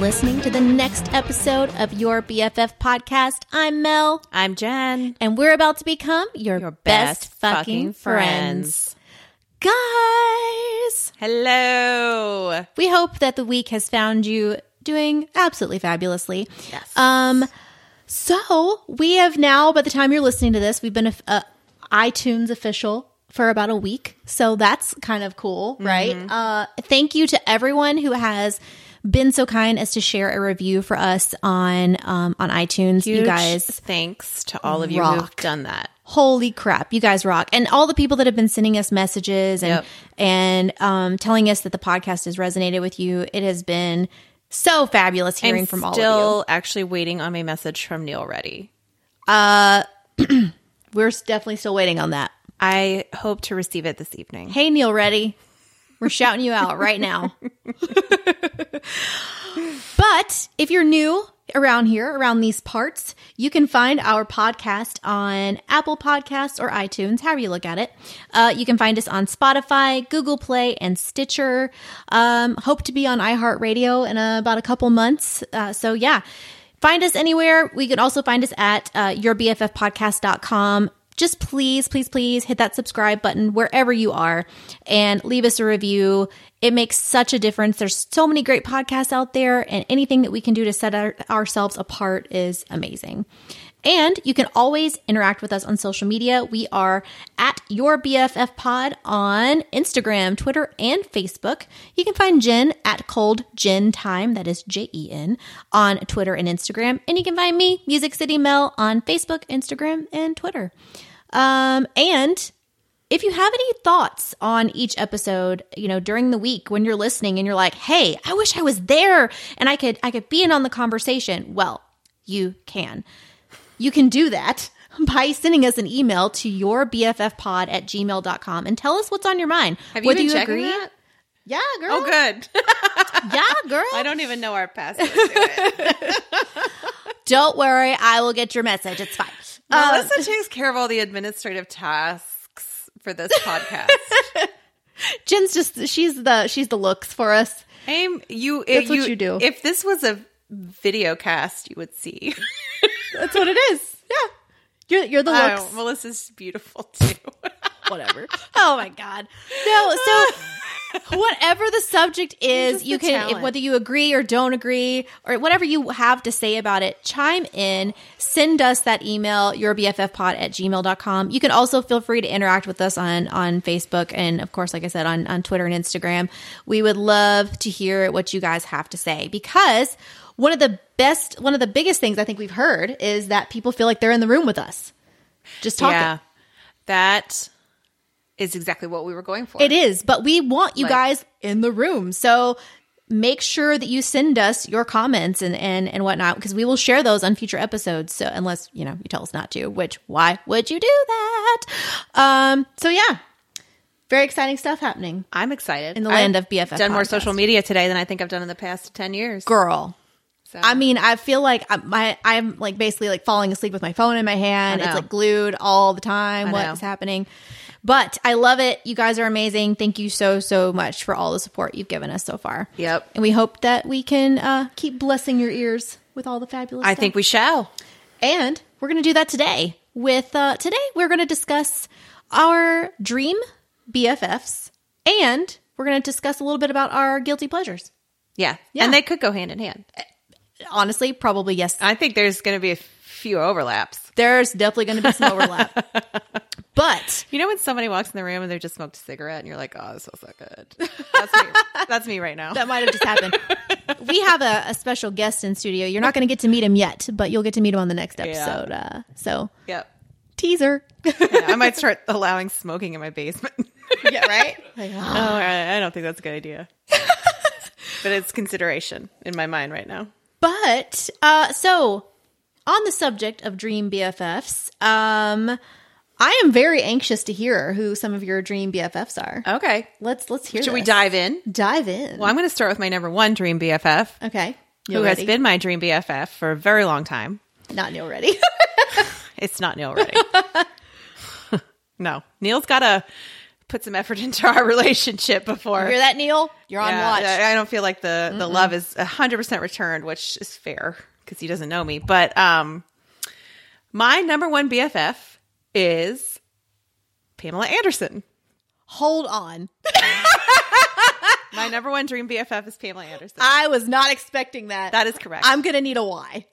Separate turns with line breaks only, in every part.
listening to the next episode of your BFF podcast. I'm Mel,
I'm Jen.
and we're about to become your, best, fucking friends. Guys,
Hello.
we hope that the week has found you doing absolutely fabulously.
Yes.
Um, so we have now, by the time you're listening to this, we've been a, a iTunes official for about a week. So that's kind of cool,
Mm-hmm.
right? Uh, thank you to everyone who has been so kind as to share a review for us on um, on iTunes. You
Huge
guys,
thanks to all of you
rock.
who've done that.
holy crap you guys rock and all the people that have been sending us messages and
Yep.
and um, telling us that the podcast has resonated with you it has been so fabulous hearing
I'm
from all of
still actually waiting on my message from Neil Reddy.
you we're s- definitely still waiting on that
I hope to receive it this evening.
hey neil reddy we're shouting you out right now but if you're new around here around these parts you can find our podcast on apple podcasts or itunes however you look at it uh, you can find us on spotify google play and stitcher um, hope to be on iheartradio in uh, about a couple months uh, so yeah find us anywhere we can also find us at uh, yourbffpodcast.com just please please please hit that subscribe button wherever you are and leave us a review it makes such a difference. There's so many great podcasts out there, and anything that we can do to set our, ourselves apart is amazing. And you can always interact with us on social media. We are at your BFF pod on Instagram, Twitter, and Facebook. You can find Jen at cold Jen time. That is J E N on Twitter and Instagram. And you can find me, Music City Mel on Facebook, Instagram, and Twitter. Um, and if you have any thoughts on each episode, you know, during the week when you're listening and you're like, "Hey, I wish I was there and I could I could be in on the conversation." Well, you can. You can do that by sending us an email to yourbffpod at gmail.com and tell us what's on your mind.
Have you been checking that?
Yeah, girl.
Oh, good.
Yeah, girl.
I don't even know our password.
Um,
to it.
don't worry. I will get your message. It's fine. Um,
Melissa takes care of all the administrative tasks for this podcast.
Jen's just she's the she's the looks for us.
Aim you.
That's
If
what you do.
If this was a video cast, you would see.
That's what it is. Yeah. You're you're the looks.
Oh, Melissa's beautiful too.
whatever. oh my god. No, so whatever the subject is,
just
you
the
can
talent.
whether you agree or don't agree or whatever you have to say about it, chime in, send us that email, yourbffpod at gmail.com. You can also feel free to interact with us on on Facebook and of course, like I said, on, on Twitter and Instagram. We would love to hear what you guys have to say because one of the best one of the biggest things I think we've heard is that people feel like they're in the room with us. Just talking.
Yeah, that is exactly what we were going for.
It is, but we want you
Like-
guys in the room. So make sure that you send us your comments and and and whatnot because we will share those on future episodes. So unless you know you tell us not to, which why would you do that? Um. So yeah, very exciting stuff happening.
I'm excited
In the land
I've
of BFF
Done more
podcast.
social media today than I think I've done in the past ten years.
Girl,
So-
I mean, I feel like I'm, my I'm like basically like falling asleep with my phone in my hand.
I
It's
know.
like glued all the time.
I know.
What's happening? But I love it. You guys are amazing. Thank you so so much for all the support you've given us so far.
Yep.
And we hope that we can uh, keep blessing your ears with all the fabulous.
I think we shall.
and we're going to do that today. With uh, today, we're going to discuss our dream BFFs, and we're going to discuss a little bit about our guilty pleasures.
Yeah.
Yeah.
and they could go hand in hand.
Honestly, probably yes.
I think there's going to be a few overlaps.
There's definitely going to be some overlap. but
You know when somebody walks in the room and they've just smoked a cigarette and you're like, oh, this feels so good. That's me. That's me right now.
that might have just happened. We have a, a special guest in studio. You're not going to get to meet him yet, but you'll get to meet him on the next episode. Uh, so,
Yep.
teaser.
Yeah, I might start allowing smoking in my basement.
yeah, right?
oh, I I don't think that's a good idea. but it's consideration in my mind right now.
But uh, so on the subject of dream BFFs, um, I am very anxious to hear who some of your dream BFFs are.
Okay.
Let's let's hear.
Should we
this.
dive in?
dive in?
Well, I'm going to start with my number one dream BFF,
okay,
who has been my dream BFF for a very long time.
not Neil ready?
It's not Neil Reddy. no, Neil's got a put some effort into our relationship before.
You hear that, Neil? You're on
Yeah,
watch.
I I don't feel like the the love is hundred percent returned, which is fair because he doesn't know me. But um, my number one BFF is Pamela Anderson.
Hold on.
My number one dream BFF is Pamela Anderson.
I was not expecting that.
that is correct.
I'm gonna need a why.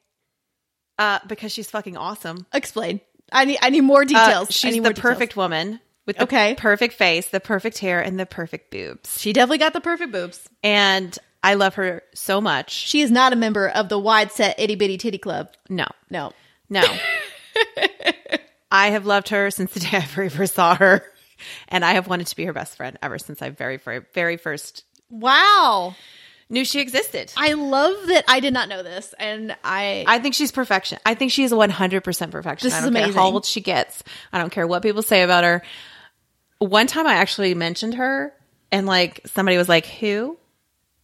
uh, because she's fucking awesome.
Explain. I need I need more
Uh,
details. I
she's
need
the
more details.
perfect woman with the
Okay.
perfect face, the perfect hair, and the perfect boobs.
She definitely got the perfect boobs.
And I love her so much.
She is not a member of the wide set itty bitty titty club.
No,
No.
no. I have loved her since the day I very first saw her. And I have wanted to be her best friend ever since I very, very, very first
Wow.
knew she existed.
I love that I did not know this and I
I think she's perfection. I think she's 100% perfection.
This
I
is
don't care
amazing.
how old she gets. I don't care what people say about her. One time I actually mentioned her and like somebody was like, "Who?"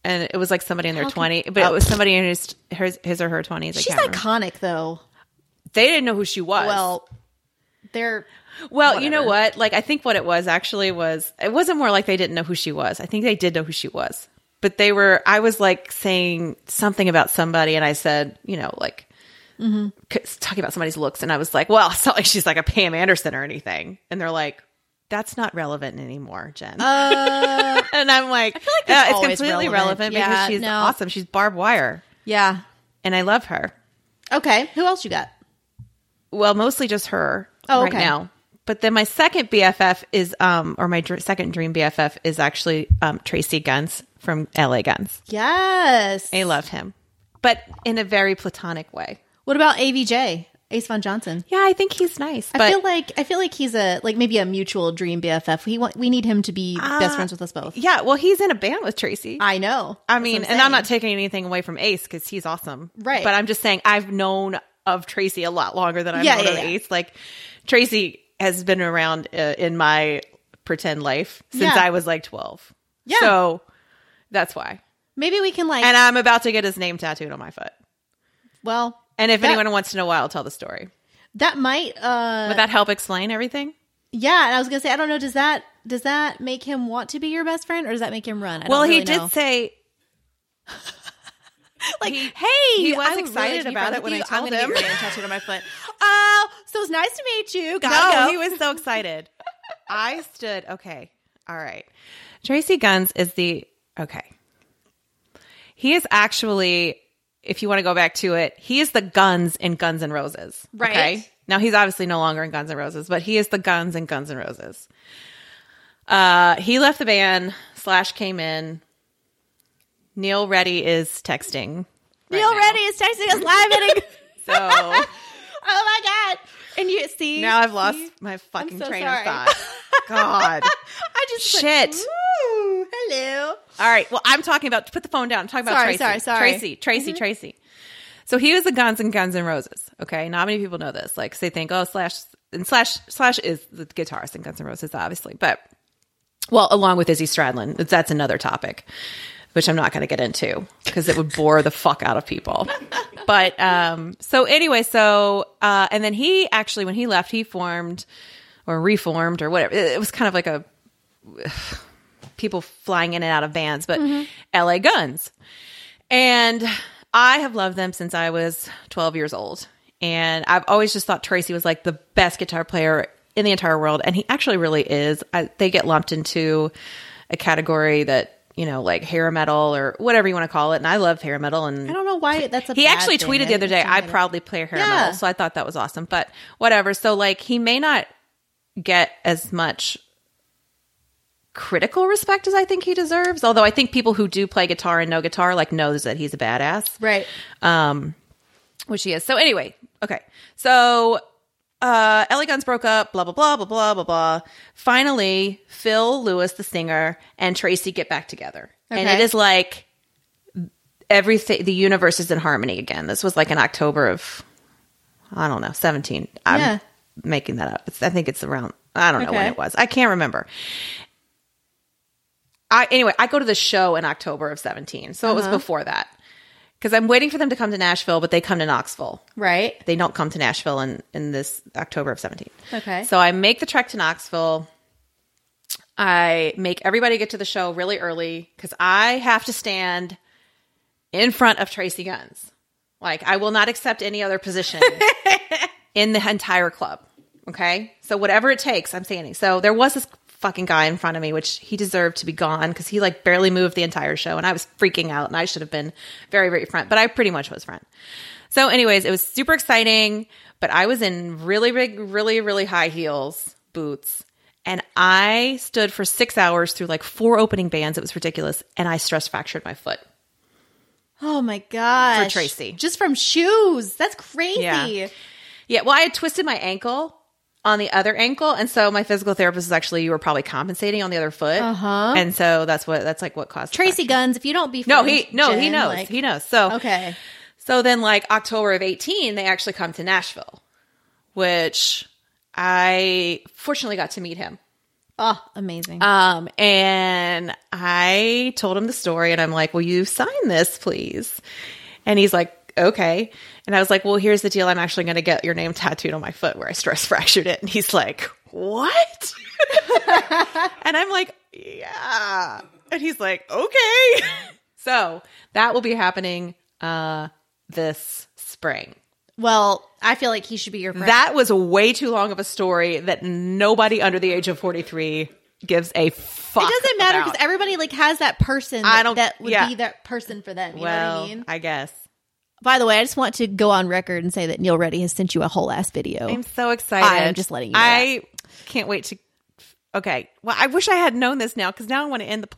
And it was like somebody in their
How can-
20, but
Oh.
it was somebody in his his, his or her 20s. I
she's
can't remember.
iconic though.
they didn't know who she was.
Well, they're
Well, you know
whatever.
what? Like, I think what it was actually was it wasn't more like they didn't know who she was. I think they did know who she was, but they were. I was like saying something about somebody, and I said, you know, like
Mm-hmm.
c- talking about somebody's looks, and I was like, well, it's not like she's like a Pam Anderson or anything, and they're like. That's not relevant anymore, Jen. and I'm like,
Uh, like that's
"Yeah, it's
always
completely
relevant.
relevant,
Yeah,
because she's
no.
awesome. She's barbed wire,
yeah.
and I love her.
Okay. Who else you got?
well, mostly just her
Oh,
right
okay.
now. But then my second BFF is, um, or my dr- second dream BFF is actually um, Tracy Guns from LA Guns.
Yes.
I love him, but in a very platonic way.
What about AVJ? Ace Von Johnson.
Yeah, I think he's nice. But
I feel like I feel like he's a like maybe a mutual dream BFF. We want we need him to be
Uh,
best friends with us both.
yeah, well, he's in a band with Tracy. I,
I know. That's
mean,
what
and I'm
saying.
not taking anything away from Ace because he's awesome,
Right.
But I'm just saying I've known of Tracy a lot longer than I've
Yeah,
known
yeah,
of
yeah.
Ace. Like Tracy has been around uh, in my pretend life since
Yeah.
I was like 12.
Yeah.
so that's why.
Maybe we can like.
And I'm about to get his name tattooed on my foot.
well,
And if
That-
anyone wants to know why, I'll tell the story.
that might. uh
Would that help explain everything?
Yeah, and I was gonna say I don't know. Does that does that make him want to be your best friend, or does that make him run? I don't
Well,
really
he did
know.
say
like, "Hey,
he
I
was
would really
excited
like to be
about
friends
it
with
when I
you. I'm gonna
told
get
him.
your name tattooed on my foot. Oh, so it's nice to meet you. Gotta
no,
go.
he was so excited. I stood okay. All right. Tracy Guns is the okay. He is actually, if you want to go back to it, he is the guns in Guns N' Roses.
Right.
Now he's obviously no longer in Guns N' Roses, but he is the guns in Guns N' Roses. Uh he left the band, slash came in. Neil Reddy is texting. right
Neil
now.
Reddy is texting us live at a-
So
Oh my god! And you see
now I've lost my fucking
so
train
sorry.
of thought. God.
I just was
Shit.
Like, Ooh, hello.
All right. Well, I'm talking about put the phone down. I'm talking about
Sorry,
Tracy.
sorry, sorry. Mm-hmm.
Tracy, Tracy, Tracy. So he was the Guns and Guns and Roses. Okay, not many people know this. Like 'cause they think, oh, Slash and Slash Slash is the guitarist in Guns and Roses, obviously, but well, along with Izzy Stradlin, but that's another topic, which I'm not going to get into because it would bore the fuck out of people. But um, so anyway, so uh, and then he actually, when he left, he formed or reformed or whatever. It, it was kind of like a people flying in and out of bands, but LA Guns. And I have loved them since I was 12 years old. And I've always just thought Tracy was like the best guitar player in the entire world. And he actually really is. I, they get lumped into a category that, you know, like hair metal or whatever you want to call it. And I love hair metal. And
I don't know why that's a.
he
bad
actually
thing.
tweeted the other day,
didn't
I
see
proudly play hair
Yeah.
metal. So I thought that was awesome. But whatever. So like he may not get as much critical respect as I think he deserves. Although I think people who do play guitar and know guitar like knows that he's a badass.
that. right.
Um, Which he is. So anyway, okay. So uh Ellie Guns broke up, blah blah blah blah blah blah blah. Finally, Phil Lewis, the singer, and Tracy get back together. And
Okay.
it is like everything the universe is in harmony again. This was like in October of I don't know, 17. I'm
Yeah.
making that up. It's, I think it's around I don't know when
Okay.
it was. I can't remember. I anyway, I go to the show in October of 17. So it was
Uh-huh.
before that. Cuz I'm waiting for them to come to Nashville, but they come to Knoxville
Right.
they don't come to Nashville in, in this October of 17.
Okay.
So I make the trek to Knoxville. I make everybody get to the show really early because I have to stand in front of Tracy Guns. Like, I will not accept any other position in the entire club. Okay. So, whatever it takes, I'm standing. So, there was this fucking guy in front of me, which he deserved to be gone because he like barely moved the entire show and I was freaking out and I should have been very, very front, but I pretty much was front. So, anyways, it was super exciting, but I was in really big, really, really high heels, boots, and I stood for six hours through like four opening bands. It was ridiculous. And I stress fractured my foot.
Oh my gosh.
For Tracy.
Just from shoes. That's crazy.
Yeah. Yeah, well, I had twisted my ankle on the other ankle, and so my physical therapist was actually you were probably compensating on the other foot,
Uh-huh.
and so that's what that's like what caused the
Tracy
fracture.
Guns, if you don't be
No,
friends,
he no he
Jen,
knows
like-
he knows. So
Okay.
so then like October of eighteen, they actually come to Nashville, which I fortunately got to meet him.
Oh, amazing.
Um, and I told him the story, and I'm like, "Will you sign this, please?" And he's like, "Okay." And I was like, "Well, here's the deal. I'm actually going to get your name tattooed on my foot where I stress fractured it." And he's like, "What?" and I'm like, "Yeah." And he's like, "Okay." so that will be happening uh, this spring.
well, I feel like he should be your friend.
That was way too long of a story that nobody under the age of 43 gives a fuck.
it doesn't matter
about.
because everybody like has that person that,
I don't-
that would
yeah.
be that person for them. You know
well,
what I mean?
guess.
By the way, I just want to go on record and say that Neil Reddy has sent you a whole ass video.
I'm so excited.
I am just letting you know
I can't wait to. Okay. Well, I wish I had known this now because now I want to end the podcast.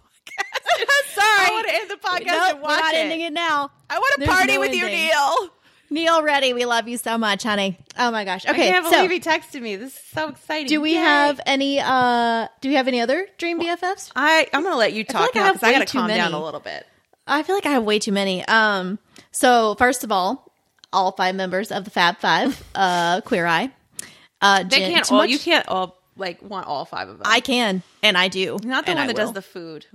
I want to end the podcast
Nope,
and
we're
watch
not
it. Oh.
ending it now.
I want to
There's
party
no
with you,
ending.
Neil.
Neil Reddy, we love you so much, honey. Oh my gosh.
I
Okay,
can't
so
believe he texted me. This is so exciting.
do we
Yay.
have any? uh Do we have any other dream BFFs?
I I'm gonna let you talk
like I
now
have
because I,
way
gotta
too
calm down
many.
a little bit.
I feel like I have way too many. Um, so first of all, all five members of the Fab Five, uh, Queer Eye, uh,
They
Jen-
can't
too
all.
much-
You can't all like want all five of them.
I can, and I do.
not the
and
one
I
that
will.
does the food.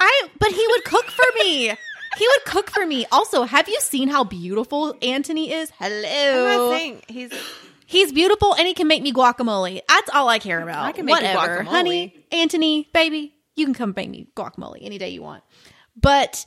I, but he would cook for me. he would cook for me. Also, have you seen how beautiful Anthony is?
I'm not
Hello,
saying he's.
he's beautiful, and he can make me guacamole. That's all I care about.
I can make you
Whatever,
guacamole.
honey, Anthony, baby, you can come make me guacamole any day you want. But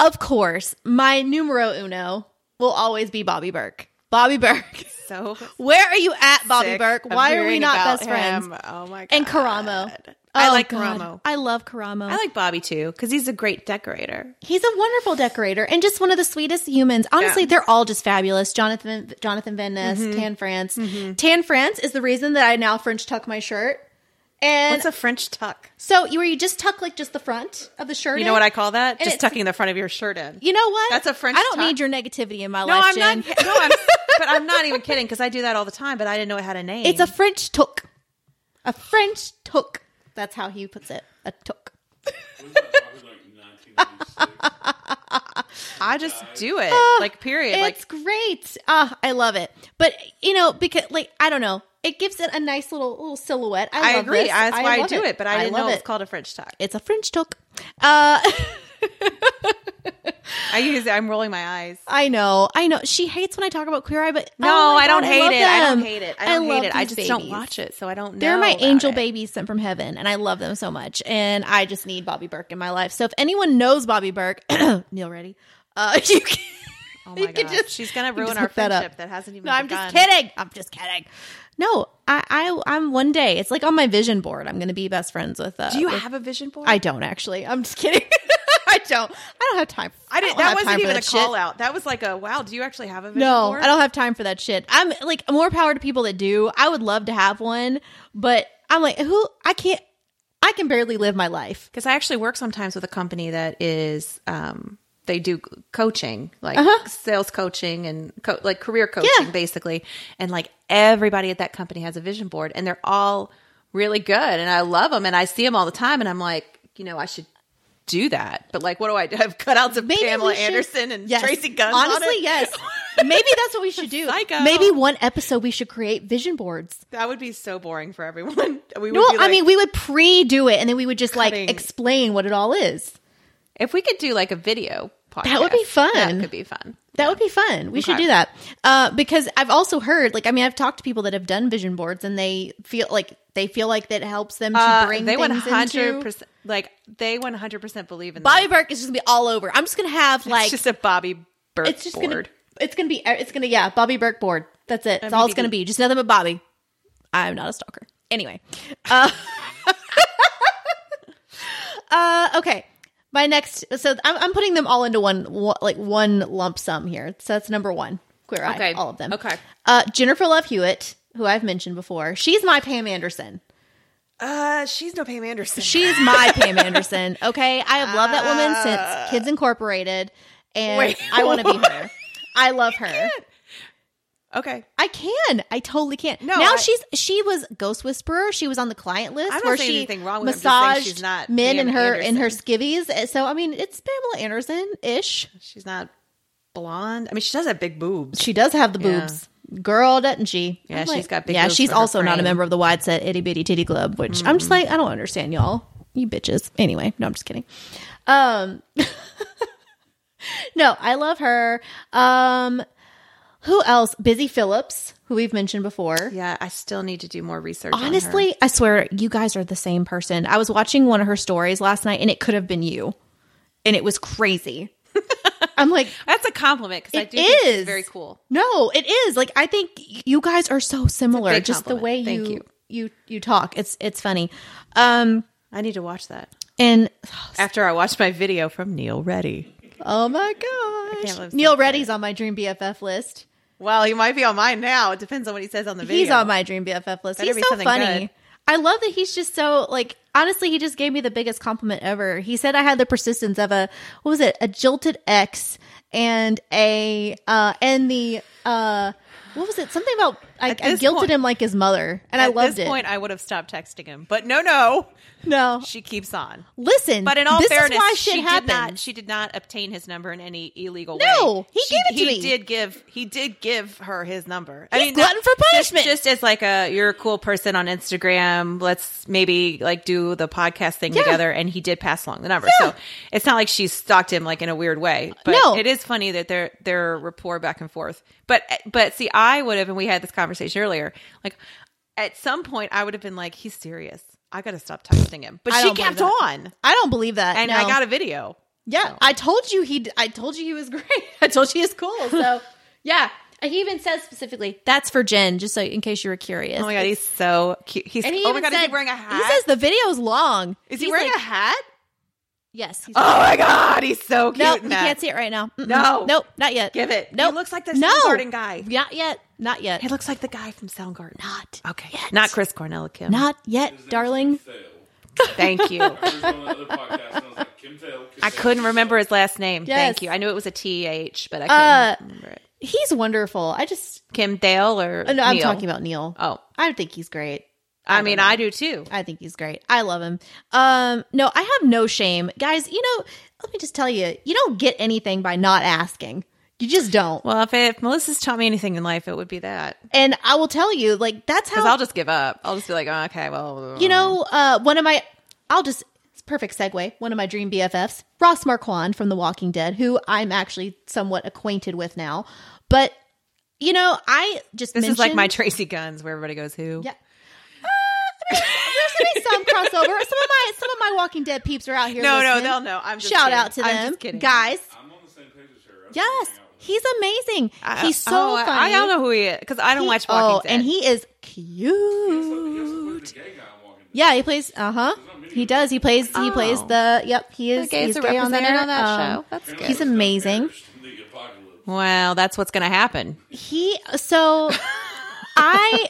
of course, my numero uno will always be Bobby Burke. Bobby Burke,
So
where are you at, Bobby
sick
Burke?
of
Why are we
hearing
not
about
best friends?
him. Oh my god!
And Karamo.
I
Oh,
like
God.
Karamo.
I love Karamo.
I like Bobby too because he's a great decorator.
He's a wonderful decorator and just one of the sweetest humans. Honestly,
Yeah. Mm-hmm.
they're all just fabulous. Jonathan Jonathan Van Ness, Tan France. Tan France is the reason that I now French tuck my shirt. And
What's a French tuck?
so you where you just tuck like just the front of the shirt.
You know
in.
what I call that?
And
Just
it's-
tucking the front of your shirt in.
You know what?
That's a French
I don't
tuck.
need your negativity in my
no,
life.
I'm
Jen.
not. No, I'm. but I'm not even kidding because I do that all the time. But I didn't know it had a name.
It's a French tuck. A French tuck. That's how he puts it. A tuck.
I just do it. like period.
It's
Like
great. Ah, I love it. But you know, because like I don't know, it gives it a nice little little silhouette. I,
I
love
agree.
This.
That's why I
love
do it. But I didn't
love
know it was called a French tuck.
It's a French tuck. Uh,
I use. it. I'm rolling my eyes.
I know, I know. She hates when I talk about Queer Eye, but
No,
oh my
I
God,
don't hate
love
it. I don't
them.
hate it. I don't
love
hate it. I
these
just don't
babies.
watch it, so I don't.
They're
know
my
about
angel
it.
babies sent from heaven, and I love them so much. And I just need Bobby Burke in my life. So if anyone knows Bobby Burke, Neil Reddy, uh, you can.
Oh
You
my
could
god!
just-
She's gonna
you can
ruin
just
our
look that up.
friendship that hasn't even.
No, I'm just
begun.
kidding. I'm just kidding. No, I, I, I'm one day. It's like on my vision board. I'm going to be best friends with. Uh,
Do you
with-
have a vision board?
I don't actually. I'm just kidding. I don't. I don't have time.
I didn't.
don't have
That
time
wasn't
for
even a
that
call
shit.
out. That was like a wow. Do you actually have a vision
No,
board?
I don't have time for that shit. I'm like more power to people that do. I would love to have one, but I'm like, who? I can't. I can barely live my life.
because I actually work sometimes with a company that is. um they do coaching, like sales coaching and co- like career coaching,
Uh-huh. Yeah.
basically. And like everybody at that company has a vision board, and they're all really good, and I love them, and I see them all the time, and I'm like, you know, I should do that. But like, what do I do? I have cutouts of
Maybe
Pamela
we should-
Anderson and
Yes.
Tracy Guns. on
Honestly,
it.
yes. Maybe that's what we should do.
Psycho.
Maybe one episode we should create vision boards.
That would be so boring for everyone. We would
No,
be like,
I mean we would pre-do it and then we would just
Cutting.
like explain what it all is.
if we could do like a video podcast,
That would be fun.
That could be fun.
That would be fun. We should
Okay.
do that uh, because I've also heard, like, I mean, I've talked to people that have done vision boards and they feel like They feel like that helps them to
Uh,
bring
they
things
100
into.
percent like they 100 percent believe in
Bobby
that.
Burke is just gonna be all over. I'm just gonna have like
it's just a Bobby Burke
it's just
board.
gonna it's gonna be it's gonna yeah Bobby Burke board. That's it. It's all it's gonna be. Just nothing but Bobby. I'm not a stalker. Anyway, uh, uh, okay. My next, so I'm, I'm putting them all into one, one like one lump sum here. So that's number one. Queer Eye,
Okay.
all of them.
Okay.
Uh, Jennifer Love Hewitt, who I've mentioned before, she's my Pam Anderson.
Uh, she's no Pam Anderson.
She's my Pam Anderson. Okay. I have loved that woman since Kids Incorporated, and
Uh. Wait,
I want to be her. I love her.
Okay,
I can. I totally can.
No,
now
I-
she's she was Ghost Whisperer. She was on the client list
I'm not
where
saying
she
anything wrong with her. I'm just saying
massaged
she's not
men
Pam
in her in her
Anderson.
skivvies. And So I mean, it's Pamela Anderson ish.
she's not blonde. I mean, she does have big boobs.
She does have the
Yeah.
boobs. Girl, doesn't she?
Yeah,
she's
she's got big
Yeah,
boobs
she's
for her
also not a
frame.
member of the wide set itty bitty titty club, which I'm just like, I don't understand y'all. You bitches. Anyway, no, I'm just kidding. Um No, I love her. Um who else? Busy Phillips, who we've mentioned before.
Yeah, I still need to do more research. on her.
Honestly, I swear you guys are the same person. I was watching one of her stories last night and it could have been you. And it was crazy. I'm like,
that's a compliment because I
It
do think she's
is.
very cool.
no, it is. Like I think you guys are so similar.
big
Just the
compliment.
way you,
Thank
you you talk. It's it's funny. Um
I need to watch that
and
after I watched my video from Neil Reddy.
oh my
can't
gosh.
live
Neil Reddy's on my dream BFF list.
Well, he might be on mine now. It depends on what he says on the video.
He's on my dream BFF list.
Better be
he's so
something
funny.
good.
I love that he's just so like honestly he just gave me the biggest compliment ever. He said I had the persistence of a what was it? A jilted ex and a uh and the uh what was it? Something about I, I
At
guilted
this point-
him like his mother and I
At
loved
this
it.
point, I would have stopped texting him, but no, no,
no.
she keeps on.
Listen,
But in all
this
fairness,
is why shit
she did
happens.
not. She did not obtain his number in any illegal way.
No, he
She-
gave it to
he
me.
did give. He did give her his number. I
He's glutton for punishment.
Just, just as like a, you're a cool person on Instagram. Let's maybe like do the podcast thing
Yeah.
together. And he did pass along the number.
Yeah.
So it's not like she stalked him like in a weird way. But
No.
it is funny that their their rapport back and forth. But but see, I would have, and we had this conversation earlier. Like at some point, I would have been like, he's serious. I got to stop texting him. But
I
she
don't believe
kept
that.
on
I don't believe that.
and
no.
I got a video.
Yeah, I told you he. I told you he was great. I told you he's cool. So yeah, he even says specifically that's for Jen, just so in case you were curious.
Oh my god, he's so cute. He's
And he
oh my
even
god, is
said-
he wearing a hat?
He says the video's long.
is he wearing a hat?
Yes. He's
Oh my god, he's so cute.
no,
in
you
that.
can't see it right now. Mm-mm.
No.
nope, not yet.
Give it. He
No,
looks like the
no.
Soundgarden guy.
Not yet. Not yet.
He looks like the guy from Soundgarden.
Not
okay,
yet.
not Chris Cornell Kim.
Not yet, darling.
Thank you.
I was on another podcast and I was like, Kim Phil.
I couldn't remember his last name.
Yes.
Thank you. I knew it was a T H, but I
Uh,
couldn't remember it.
He's wonderful. I just.
Kim Dale or
Uh, No, I'm
Neil?
talking about Neil.
Oh,
I think he's great.
I, mean, I do too.
I think he's great. I love him. Um, no, I have no shame, guys. You know, let me just tell you, you don't get anything by not asking. You just don't.
Well, if, if Melissa's taught me anything in life, it would be that.
And I will tell you, like that's
Because I'll
how
just give up. I'll just be like, oh, okay, well,
you know. Uh, one of my, I'll just it's a perfect segue. One of my dream BFFs, Ross Marquand from The Walking Dead, who I'm actually somewhat acquainted with now, but. You know, I just
This is like
mentioned-
my Tracy Guns, where everybody goes, who?
Yeah. there's gonna be some crossover. Some of my some of my Walking Dead peeps are out here.
No, no,
listening.
they'll know. I'm just
Shout
kidding.
out to
I'm
them,
just kidding.
guys.
I'm on the same page as her. That's
Yes,
what I'm hanging out with.
he's amazing.
I-
he's so
oh, I-
funny.
I, don't know who he is because I don't
He-
watch Walking
oh,
Dead.
and he is
He also- he also
cute.
played the gay guy on Walking Dead.
Yeah, he plays. Uh huh. He does. He plays. He plays Oh. the. Yep. He is. he's gay on there. Um,
That's
He's
Apparently it's
amazing.
the Bears in the apocalypse.
Well, that's what's going to happen.
He so I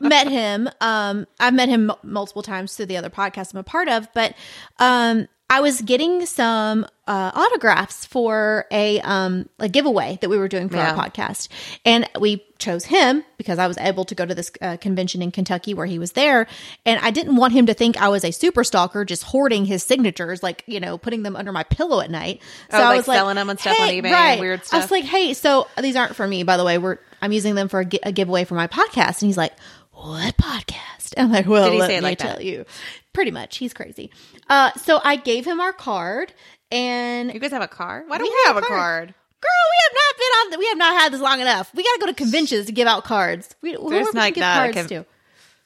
met him. Um, I've met him m- multiple times through the other podcast I'm a part of, but um, I was getting some uh, autographs for a um a giveaway that we were doing for
Yeah.
our podcast, and we chose him because I was able to go to this uh, convention in Kentucky where he was there, and I didn't want him to think I was a super stalker just hoarding his signatures, like you know, putting them under my pillow at night. So
Oh,
I
like
was
selling them and stuff on eBay and
I
weird
was
stuff?
like, hey, so these aren't for me, by the way. We're I'm using them for a, gi- a giveaway for my podcast. And he's like, what podcast? And I'm like, well,
Did he
let
say it
me
like that?
tell you. Pretty much, he's crazy. Uh, so I gave him our card, and girl,
You guys have a car? Why don't
We
we,
have
have,
a
a card?
we have not been on. We have not had this long enough. We got to go to conventions to give out cards. We, who are we
There's
gonna
like
give
not a
cards
con-
to?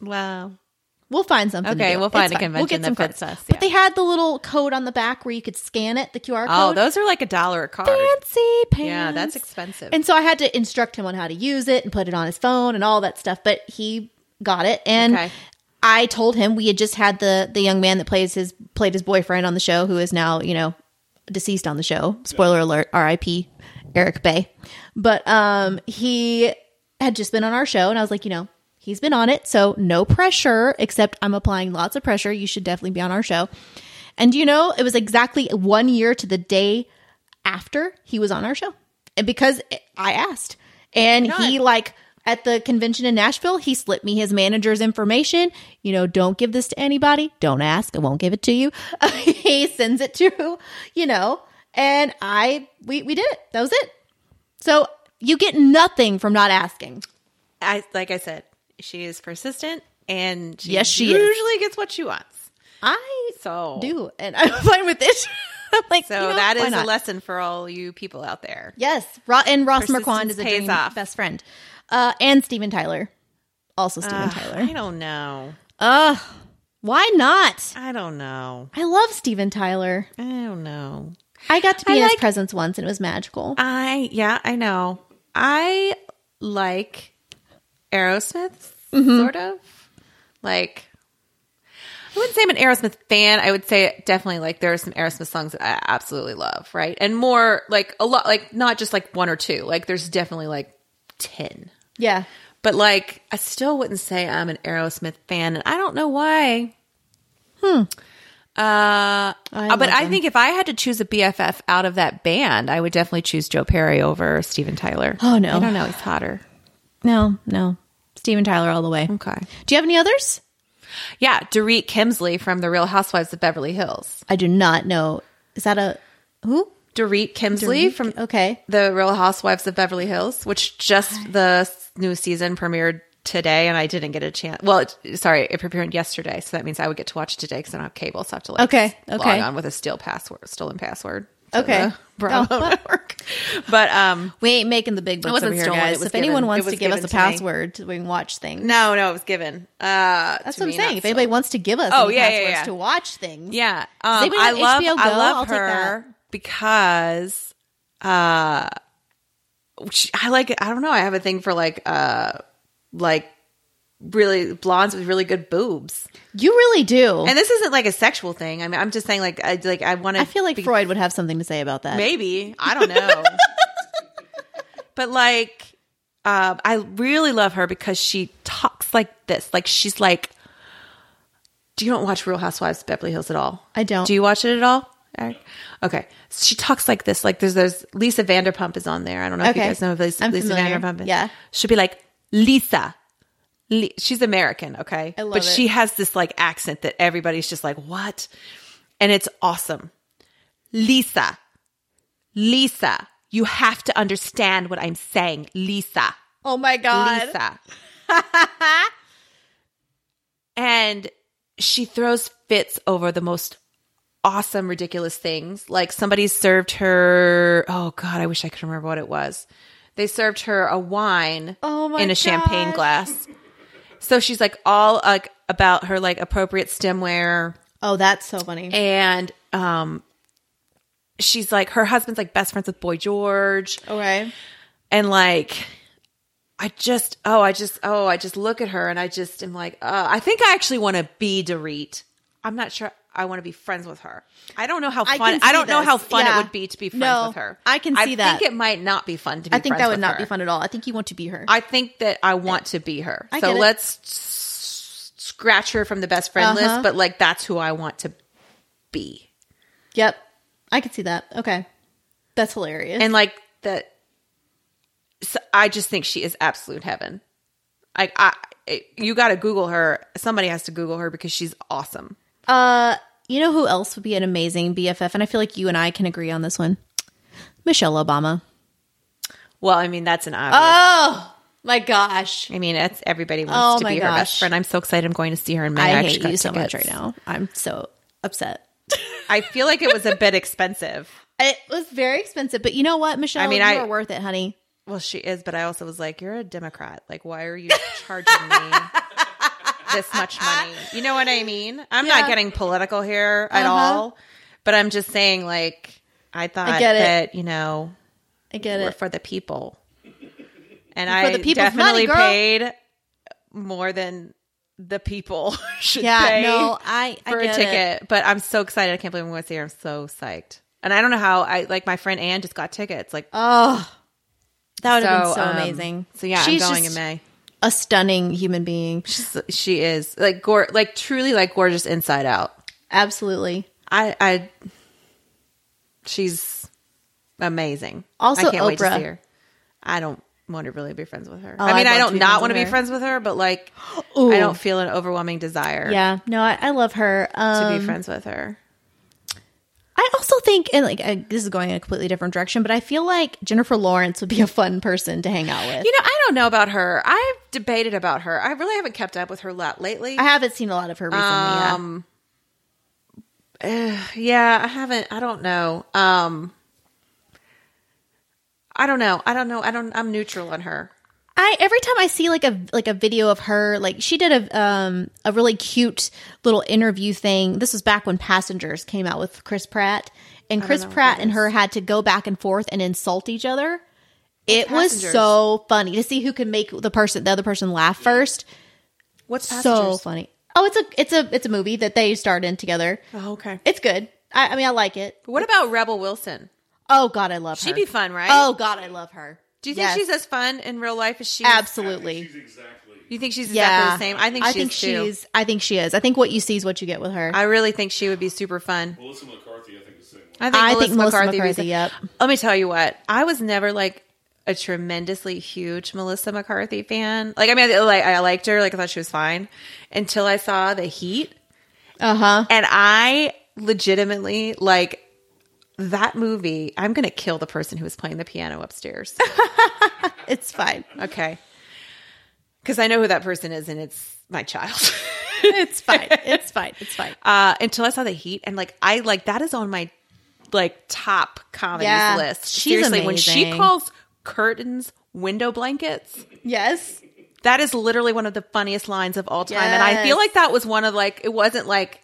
Wow.
We'll find something. to
Okay,
do.
we'll find
It's
a
fine.
convention
get
that
some
fits
cards.
us,
But
yeah.
they had the little code on the back where you could scan it, the QR
Oh,
code.
those are like a dollar a card.
fancy pants.
Yeah, that's expensive.
And so I had to instruct him on how to use it and put it on his phone and all that stuff. But he got it, and
Okay.
I told him we had just had the the young man that plays his played his boyfriend on the show, who is now you know deceased on the show. Spoiler alert: R.I.P. Eric Bay. But um, he had just been on our show, and I was like, you know. He's been on it, so no pressure, except I'm applying lots of pressure. You should definitely be on our show. And do you know, it was exactly one year to the day after he was on our show and because I asked. And he like at the convention in Nashville, he slipped me his manager's information. You know, don't give this to anybody. Don't ask. I won't give it to you. he sends it to, you know, and I we we did it. That was it. So you get nothing from not asking.
I like I said, she is persistent and she
Yes, she is.
usually gets what she wants.
I
So
do, and I'm fine with it. I'm like,
So
you know,
that
why
is a
not?
lesson for all you people out there.
Yes, Ro- and Ross
Persistence
Marquand is a
pays
dream
off.
best friend, uh, and Steven Tyler, also Steven Tyler.
I don't know.
Ugh, why not?
I don't know.
I love Steven Tyler.
I don't know.
I got to be
I
in his
like- Uh,
presence once, and it was magical.
I yeah, I know. I like Aerosmith, sort of. Like I wouldn't say I'm an Aerosmith fan. I would say definitely like there are some Aerosmith songs that I absolutely love, right? And more like a lot like not just like one or two. Like there's definitely like ten.
yeah,
But like, I still wouldn't say I'm an Aerosmith fan, and I don't know why. Hmm. Uh,
love
but I
them.
think if I had to choose a BFF out of that band, I would definitely choose Joe Perry over Steven Tyler.
Oh, no.
I don't know. He's hotter.
no, no, Steven Tyler all the way.
Okay.
Do you have any others?
Yeah, Dorit Kimsley from The Real Housewives of Beverly Hills.
I do not know. Is that a who?
Dorit Kimsley from
Okay,
The Real Housewives of Beverly Hills, which just the new season premiered today, and I didn't get a chance. Well, it, sorry, it premiered yesterday, so that means I would get to watch it today because I don't have cable, so I have to like
Okay, okay.
log on with a steal password, stolen password. to
okay.
the Bravo
Oh, well,
network. But um,
we ain't making the big books
wasn't
over here,
stolen, it
guys.
was
If anyone
given.
wants
It
to
was
give us
given
a
to me.
password, so we can watch things.
no, no, it was given. Uh,
That's what I'm saying. If anybody wants to give us
Oh,
any
yeah, yeah,
passwords
yeah.
to watch things,
Yeah.
Does
Um,
anybody
I
have
love
HBO Go?
I love
I'll take
her because uh she, I like I don't know, I have a thing for like uh like really blondes with really good boobs.
you really do.
And this isn't like a sexual thing. I mean I'm just saying like I like I want to
I feel like Freud would have something to say about that.
maybe. I don't know. but like um I really love her because she talks like this. Like she's like Do you don't watch Real Housewives of Beverly Hills at all?
I don't.
Do you watch it at all? Eric? Okay. She talks like this. Like there's there's Lisa Vanderpump is on there. I don't know if
Okay.
you guys know who Lisa,
I'm
Lisa
familiar.
Vanderpump. is.
Yeah.
She'll be like Lisa. Li- She's American, okay?
I love
but
it.
she has this like accent that everybody's just like, "What?" And it's awesome. Lisa. Lisa, you have to understand what I'm saying. Lisa.
Oh my god.
Lisa. and she throws fits over the most awesome, ridiculous things. Like somebody served her, oh God, I wish I could remember what it was. They served her a wine
Oh my
in a champagne
gosh.
glass. So she's like all like about her like appropriate stemware
Oh, that's so funny.
and um she's like her husband's like best friends with Boy George
okay.
and like I just oh I just oh I just look at her and I just am like uh, I think I actually want to be Dorit. I'm not sure I want to be friends with her. I don't know how
I
fun
can
I,
see
don't know
this.
how fun
Yeah.
it would be to be friends
No,
with her.
I can see
I
that.
think it might not be fun to be
I think
friends
that would
with
not
her.
be fun at all. I think you want to be her.
I think that I want to be her.
I
so
get it.
let's s- scratch her from the best friend
Uh-huh.
list, but like that's who I want to be.
yep. I could see that. Okay. That's hilarious.
and like that so i just think she is absolute heaven like i it, you got to google her somebody has to google her because she's awesome
uh, you know who else would be an amazing BFF? And I feel like you and I can agree on this one. Michelle Obama.
well i mean that's an obvious
Oh my gosh.
i mean that's everybody
Oh
wants to
my
be her
gosh.
best friend i'm so excited i'm going to see her in may
I,
actually
hate
got
you so much right
tickets.
now. I'm so upset.
i feel like it was a bit expensive
It was very expensive, but you know what, Michelle?
mean,
you
I-
are worth it, honey.
well she is but i also was like you're a democrat like why are you charging me this much money. You know what I mean? I'm
Yeah.
not getting political here at
Uh-huh.
all, but I'm just saying, like, I thought
get it.
that, you know,
I get
we're
it.
for the people. And
for
I
the people's money,
definitely
girl.
paid more than the people should
yeah,
pay
no, I, I
for a
get
ticket.
It.
But I'm so excited. I can't believe I'm going to see her. I'm so psyched. And I don't know how I like my friend Anne just got tickets. Like
Oh, that would have been so
um,
amazing.
So yeah,
She's
I'm going in
just
May.
A stunning human being.
She's, she is like gor- like truly like gorgeous inside out.
Absolutely.
I I she's amazing.
Also
I can't wait to
Oprah.
see her. I don't want to really be friends with her.
Oh,
I mean,
I'd
I
love to be
don't not
friends
want to
with
be
her.
friends with her, but like
Ooh.
I don't feel an overwhelming desire
Yeah, no, I, I love her.
to
Um,
be friends with her.
I also think, and like I, this is going in a completely different direction, but I feel like Jennifer Lawrence would be a fun person to hang out with.
You know, I don't know about her. I've debated about her. I really haven't kept up with her lot lately.
I haven't seen a lot of her recently. yeah.
um eh, yeah, I haven't I don't know. Um I don't know. I don't know. I don't I'm neutral on her.
I every time I see like a like a video of her, like she did a um a really cute little interview thing. This was back when Passengers came out with Chris Pratt, and Chris
know what
Pratt
that
and her had to go back and forth and insult each other. It was so funny to see who can make the person the other person laugh first.
What's
So
passengers?
funny. Oh, it's a it's a it's a movie that they starred in together.
Oh, okay.
It's good. I, I mean, I like it.
What about Rebel Wilson?
Oh God, I love her.
She'd be fun, right?
Oh God, I love her.
do you think
Yes.
she's as fun in real life as she?
absolutely?
She's exactly.
You think she's exactly
Yeah,
the same? I think she is too.
she's. I think she is. I think what you see is what you get with her.
I really think she would be super fun.
Melissa McCarthy, I think the same one.
I think,
I
Melissa
think Melissa
McCarthy. would be
McCarthy,
so-
yep.
Let me tell you what. I was never like a tremendously huge Melissa McCarthy fan. Like I mean, I, like I liked her. Like I thought she was fine until I saw The Heat,
Uh huh.
and I legitimately like. That movie, I'm gonna kill the person who was playing the piano upstairs.
It's fine.
Okay. Because I know who that person is, and it's my child.
It's fine. It's fine. It's fine.
uh, until I saw the Heat, and like I like that is on my like top comedies
Yeah.
list.
She's
Seriously, when she
amazing.
calls curtains window blankets,
Yes.
that is literally one of the funniest lines of all time. And I
Yes.
feel like that was one of like it wasn't like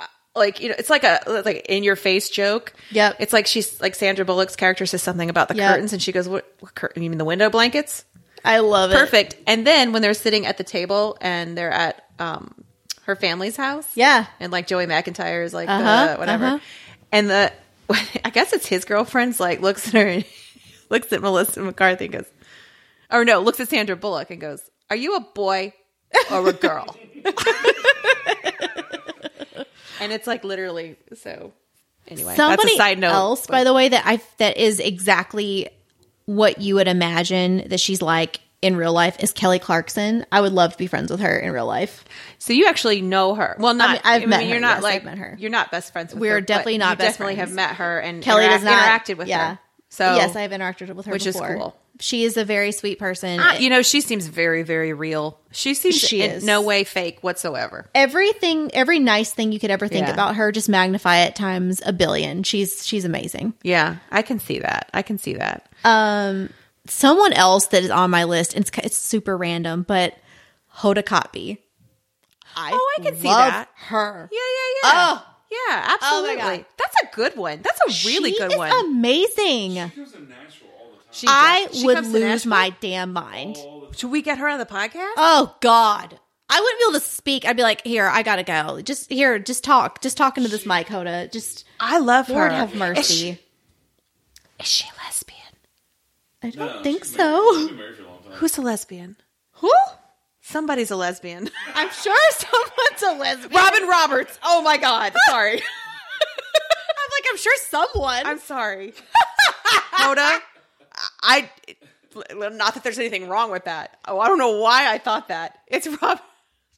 uh, like you know it's like a like in your face joke.
Yep.
Oh, It's like she's like Sandra Bullock's character says something about the
Yep.
curtains, and she goes, "What, what curtain? You mean the window blankets?"
I love it.
perfect. And then when they're sitting at the table and they're at um, her family's house,
Yeah.
and like Joey McIntyre is like
Uh-huh,
the whatever,
uh-huh.
and the I guess it's his girlfriend's like looks at her, and looks at Melissa McCarthy and goes, or no, looks at Sandra Bullock and goes, "Are you a boy or a girl?" and it's like literally so. Anyway,
Somebody
that's a side note.
else, by the way, that I that is exactly what you would imagine that she's like in real life is Kelly Clarkson. I would love to be friends with her in real life.
So you actually know her. Well, not.
mean, I've met her.
You're not
Yes, I've
like
met her.
You're not best friends. with
We
her,
are definitely
but
not
You
best
definitely
friends.
have met her and
Kelly
interac-
does not
interacted with
yeah.
her. So
yes, I have interacted with her,
Which is
before.
cool.
She is a very sweet person.
Ah, you know, she seems very, very real. She seems
She
in
is.
no way fake whatsoever.
Everything, every nice thing you could ever think
Yeah.
about her, just magnify it times a billion. She's she's amazing.
Yeah, I can see that. I can see that. Um,
someone else that is on my list and it's, it's super random but hoda kotb I
Oh, I can see
love
that.
her
yeah, yeah, yeah.
Oh.
yeah,
Oh my
absolutely.
God.
That's a good one. That's a really
She
good
is
one.
amazing
She comes in Nashville all the time.
She does.
i
She
would
comes to
lose
Nashville.
my damn mind
all the time.
Should we get her on the podcast?
oh god i wouldn't be able to speak i'd be like here i gotta go just here just talk just talk into this mic hoda just
I love her.
lord have mercy
Is she, is she lesbian?
i don't
No,
think
she's married. She's
so
been married for a long time.
Who's a lesbian?
who
Somebody's a lesbian.
i'm sure someone's a lesbian
Robin Roberts. Oh my God. Sorry.
i'm like i'm sure someone
I'm sorry. Hoda, I, not that there's anything wrong with that. Oh, I don't know why I thought that. It's Rob.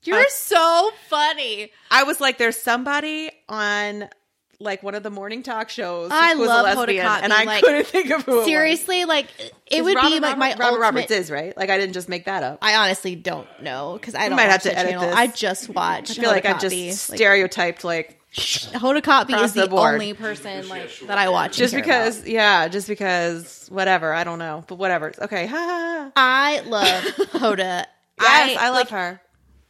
you're so funny
I was like, there's somebody on like one of the morning talk shows.
I
who was
love
a
Hoda
lesbian,
Kotb,
And I
like,
couldn't think of who it was.
seriously like it would
Robin
be like
Robert-
my
Robin
ultimate
Roberts is right. Like I didn't just make that up. I
I honestly don't know because I don't
might
watch
have to
the
edit
channel.
this.
I just watch. I
feel like I just stereotyped like
Hoda Kotb is
across
the,
the board.
only person like that I watch. and
just
care
because
about.
yeah, just because whatever. I don't know, but whatever. Okay, ha. ha, ha.
I love Hoda.
Yes, I, love
like,
her.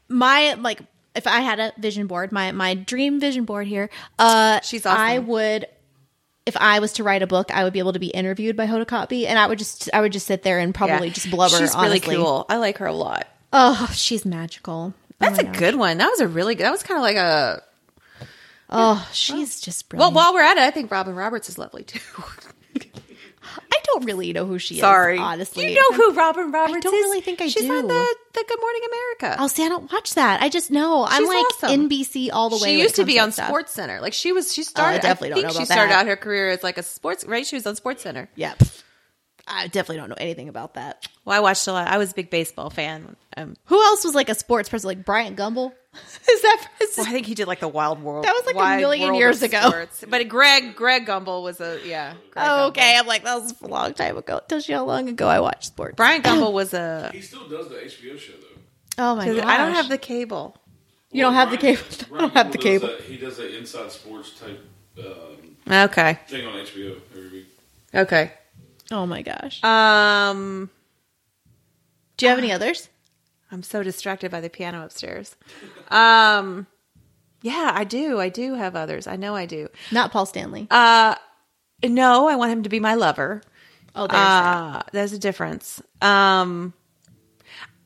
my like if I had a vision board, my my dream vision board here, uh
She's awesome.
I would if I was to write a book, I would be able to be interviewed by Hoda Kotb and I would just I would just sit there and probably just blubber
She's
honestly.
really cool. I like her a lot.
Oh, she's magical.
That's
oh
a
my God.
good one. That was a really good. That was kind of like a.
Oh, she's just
Well,
brilliant.
while we're at it, I think Robin Roberts is lovely too.
I don't really know who she is. Honestly,
you know who Robin Roberts is?
don't really think I
She's on
do.
the, the Good Morning America.
I'll see. I don't watch that. I just know I'm
She's
like
awesome.
NBC all the way. when
she
it
used to
comes
be
that
on
stuff. Oh,
Sports Center. Like she was, she started. I
definitely don't
think
know
she
about
started
that.
out her career as like a sports. Right, she was on Sports Center.
Yeah, I definitely don't know anything about that.
Well, I watched a lot. I was a big baseball fan. Um,
Who else was like a sports person? Like Bryant Gumbel? is that is-
well, I think he did like the Wild World.
That was, like, a
Wide
million
World
years
of
ago.
Sports. But Greg Greg Gumbel was a yeah. Greg
Oh,
Gumbel.
okay. I'm like that was a long time ago. Tells you how long ago I watched sports.
Brian Gumbel was a.
He still does the HBO show though.
oh my god,
I don't have the cable.
You don't have the
Ryan-
cable. I
Ryan
don't have the
Goodwin
cable.
does that- he does the inside sports type um,
Okay.
thing on HBO every week.
Okay.
Oh my gosh.
Uh, Um,
Do you have any others?
I'm so distracted by the piano upstairs. Um, yeah, I do. I do have others. I know I do.
Not Paul Stanley.
Uh, no, I want him to be my lover.
oh, there's that.
Uh, there's a difference. Um,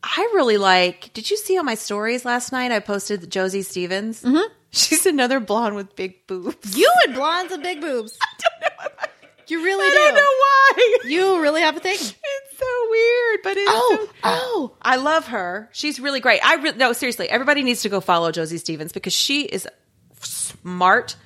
I really like. Did you see on my stories last night? I posted Josie Stevens. Mm-hmm. She's another blonde with big boobs.
You and blondes and big boobs. You really
I
do.
don't know why.
You really have a thing.
It's so weird, but it's
Oh,
so-
oh.
I love her. She's really great. I re- no, seriously, everybody needs to go follow Josie Stevens because she is smart,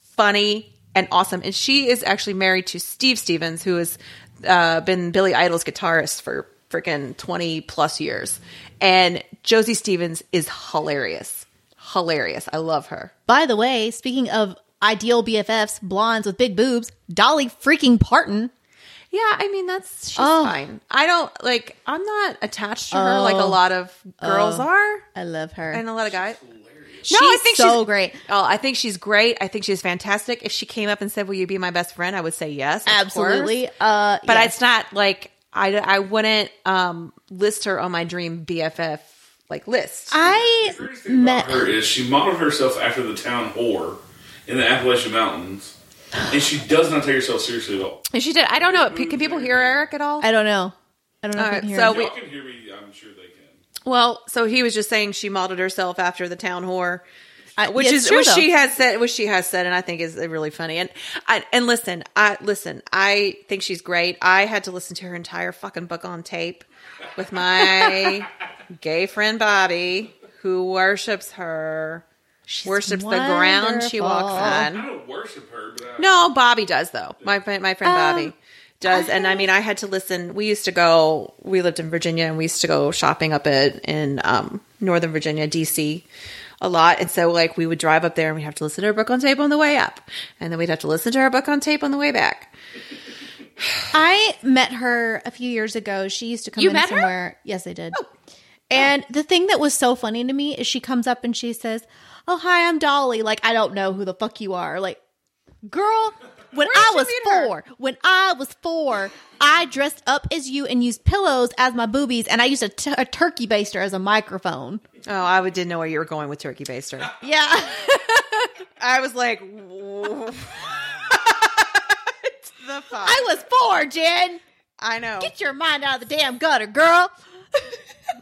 funny, and awesome. And she is actually married to Steve Stevens, who has uh, been Billy Idol's guitarist for freaking twenty plus years. And Josie Stevens is hilarious, hilarious. I love her.
By the way, speaking of ideal BFFs, blondes with big boobs, Dolly freaking Parton.
Yeah, I mean that's she's
Oh.
fine. I don't like. I'm not attached to her like a
Oh.
lot of girls are.
I love her.
and a lot of guys.
She's so great.
Oh, I think she's great. I think she's fantastic. If she came up and said, "Will you be my best friend?" I would say yes, of
Absolutely.
course.
Uh,
But
yes.
it's not like I I wouldn't um, list her on my dream BFF like list.
I
The greatest thing
met.
about her is she modeled herself after the town whore in the Appalachian Mountains, and she does not take herself seriously at all.
and she did. I don't know. P- Can people hear Eric at all?
I don't know. I don't know
All
if I
right,
can hear.
so
it.
we-
Y'all can hear me. I'm sure they can.
well, so he was just saying she modeled herself after the town whore.
I-
which
it's
is
true,
which
though.
she has said which she has said and i think is really funny and I, and listen i listen i think she's great i had to listen to her entire fucking book on tape with my gay friend bobby who worships her worships the ground she walks
wonderful.
on
I don't worship her, but I,
no bobby does though my friend my friend
Um,
bobby does and i mean i had to listen we used to go we lived in virginia and we used to go shopping up at in um, northern virginia dc a lot and so like we would drive up there and we'd have to listen to her book on tape on the way up and then we'd have to listen to her book on tape on the way back
I met her a few years ago. She used to come
You
in
met her? Oh.
somewhere. Yes, I did. And the thing that was so funny to me is she comes up and she says, "Oh, hi, I'm Dolly." Like I don't know who the fuck you are. Like, girl, when
Where did
I
you
was
meet her?
four, when I was four, I dressed up as you and used pillows as my boobies, and I used a, t- a turkey baster as a microphone.
oh i would, didn't know where you were going with turkey baster
Yeah,
i was like what the fuck
I was four, Jen.
i know
Get your mind out of the damn gutter, girl.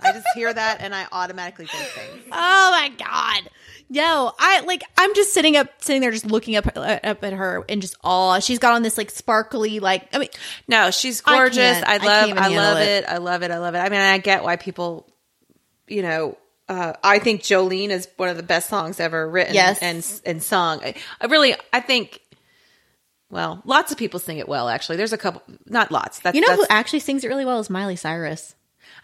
i just hear that and i automatically think things
Oh my god. Yo, I like I'm just sitting up sitting there just looking up uh, up at her and just all she's got on this like sparkly like I mean
No, she's
I
gorgeous.
can't-
I,
I can't
love
even
I,
handle
love
it.
it. I love it. I love it. I mean, I get why people you know, uh, I think Jolene is one of the best songs ever written
Yes.
and and sung. I, I really I think well, lots of people sing it well actually. There's a couple not lots. That's
You know who
that's-
actually sings it really well is Miley Cyrus.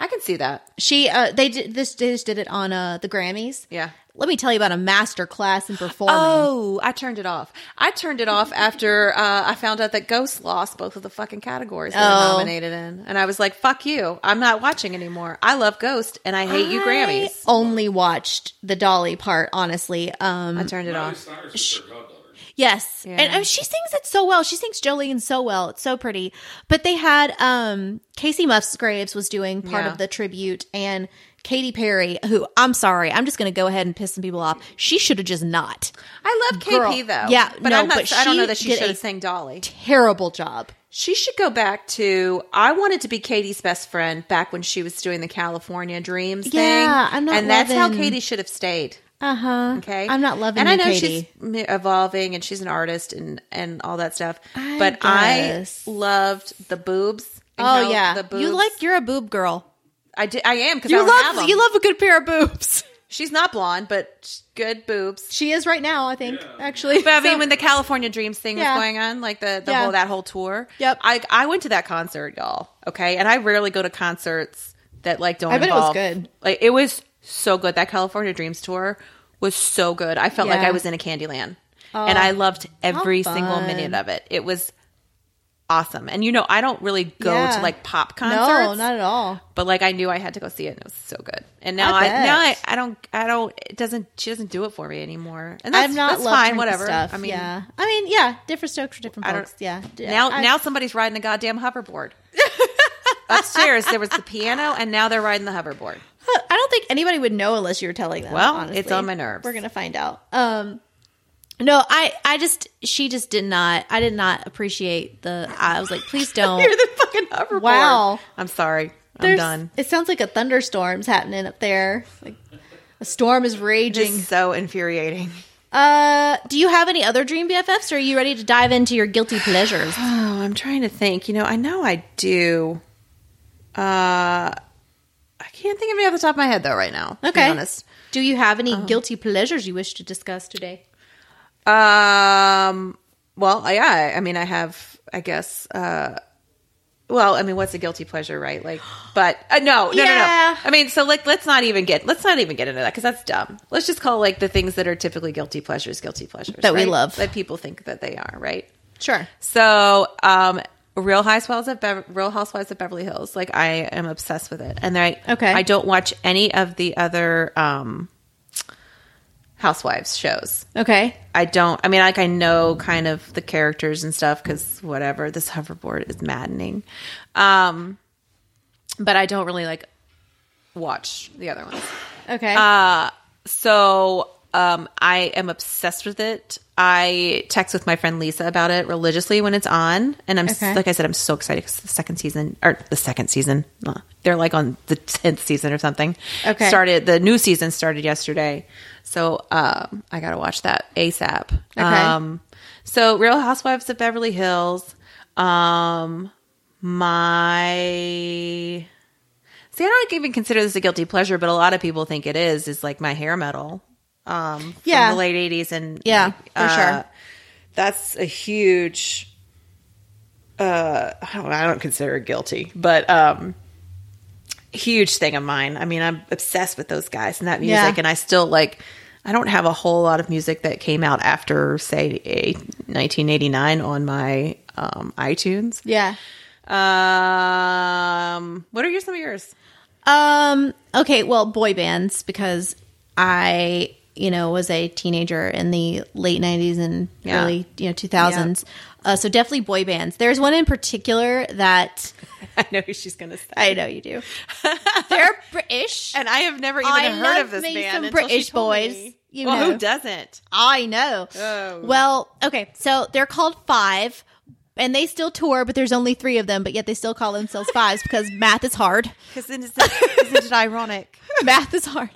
I can see that.
She uh they did this they just did it on uh the Grammys.
Yeah.
Let me tell you about a master class in performing.
Oh, I turned it off. I turned it off after uh, I found out that Ghost lost both of the fucking categories they
Oh.
were nominated in, and I was like, "Fuck you! I'm not watching anymore. I love Ghost, and I hate you,
I
Grammys."
only watched the Dolly part, honestly. Um
I turned it
Miley
off.
Cyrus is her goddaughter.
Yes.
Yeah.
And, and she sings it so well. She sings Jolene so well. It's so pretty. But they had um Casey Musgraves was doing part
Yeah.
of the tribute and Katy Perry, who I'm sorry, I'm just going to go ahead and piss some people off. She should have just not.
I love
Girl.
KP though.
Yeah,
but
no,
I'm not,
but
I don't
she
know that she
did
should
a-
have sang Dolly.
Terrible job.
She should go back to. I wanted to be Katie's best friend back when she was doing the California Dreams thing.
Yeah, I'm not
and that's how
loving-
Katie should have stayed.
Uh huh.
Okay,
I'm not loving.
And
you,
I know
Katy.
she's m- evolving and she's an artist and and all that stuff.
I
but
guess.
I loved the boobs. and
Oh
how
yeah,
the boobs.
you like you're a boob girl.
I did. I am because I
You
don't have
love
'em.
you love a good pair of boobs.
She's not blonde, but sh- good boobs.
She is right now, I think.
Yeah.
Actually,
But I mean,
So-
when the California Dreams thing
Yeah.
was going on, like the, the
Yeah.
whole that whole tour.
Yep.
I I went to that concert, y'all. Okay, and I rarely go to concerts that like don't.
I bet it was
involve-
good.
Like it was so good. That California Dreams tour was so good. I felt like
Yeah. Oh,
I was in a Candyland, and I loved every
how
single
fun.
minute of it. It was awesome. And you know, I don't really go
Yeah.
to like pop
no,
concerts
not at all.
but like I knew I had to go see it and it was so good. And now
I
I,
bet.
now I, I don't I don't it doesn't she doesn't do it for me anymore. And that's,
I'm not
that's
love
fine,
Prince
whatever.
Stuff.
I mean
yeah, I mean, yeah, different strokes for different
I don't-
folks. Yeah.
now
I-
now somebody's riding a goddamn hoverboard. Upstairs there was the piano and now they're riding the hoverboard.
I don't think anybody would know unless you were telling them.
Well,
honestly.
it's on my nerves.
We're gonna find out. Um, no, I, I just, she just did not. I did not appreciate the. I was like, please don't.
You're the fucking hoverboard.
Wow.
I'm sorry. I'm
There's-
done.
It sounds like a thunderstorm's happening up there. Like a storm is raging.
It's so infuriating.
Uh, do you have any other dream BFFs, or are you ready to dive into your guilty pleasures?
Oh, I'm trying to think. You know, I know I do. Uh I can't think of any off the top of my head though right now. To be
Okay.
honest.
Do you have any guilty pleasures you wish to discuss today?
Um. Well, I- yeah. I mean, I have. I guess. Uh, well, I mean, what's a guilty pleasure, right? Like, but uh, no, no,
Yeah.
no, no. I mean, so like, let's not even get let's not even get into that because that's dumb. Let's just call like the things that are typically guilty pleasures, guilty pleasures
That we
right?
love.
that people think that they are, right?
Sure.
So, um, Real Housewives of Bev- Real Housewives of Beverly Hills. Like, I am obsessed with it, and I
Okay.
I don't watch any of the other um, housewives shows.
Okay.
I don't. I mean, like I know kind of the characters and stuff because whatever. This hoverboard is maddening, um, but I don't really like watch the other ones.
Okay.
Uh, so um, I am obsessed with it. I text with my friend Lisa about it religiously when it's on, and I'm s-
Okay.
like I said, I'm so excited because the second season or the second season, uh, they're like on the tenth season or something.
Okay.
started the new season started yesterday, so um, I gotta watch that ASAP. Um, so Real Housewives of Beverly Hills. Um, my See, I don't even consider this a guilty pleasure, but a lot of people think it is. Is like my hair metal, um,
Yeah.
from the late eighties and uh,
Yeah, for sure.
That's a huge. Uh, I don't, I don't consider it guilty, but um, huge thing of mine. I mean, I'm obsessed with those guys and that music,
Yeah.
and I still like. I don't have a whole lot of music that came out after, say, a 1989 on my um, iTunes.
yeah.
Um, what are your, some of yours?
Um. Okay. Well, boy bands because I, you know, was a teenager in the late '90s and
Yeah.
early, you know, 2000s. Uh, so definitely boy bands. There's one in particular that
I know who she's gonna say.
I know you do. They're British.
And I have never even
I
heard
love
of this
me
band.
some
until she
British
told
boys,
me.
you
well,
know.
who doesn't?
I know.
Oh.
Well, okay. So they're called Five, and they still tour, but there's only three of them. But yet they still call themselves Fives because math is hard.
Because isn't, it ironic?
Math is hard.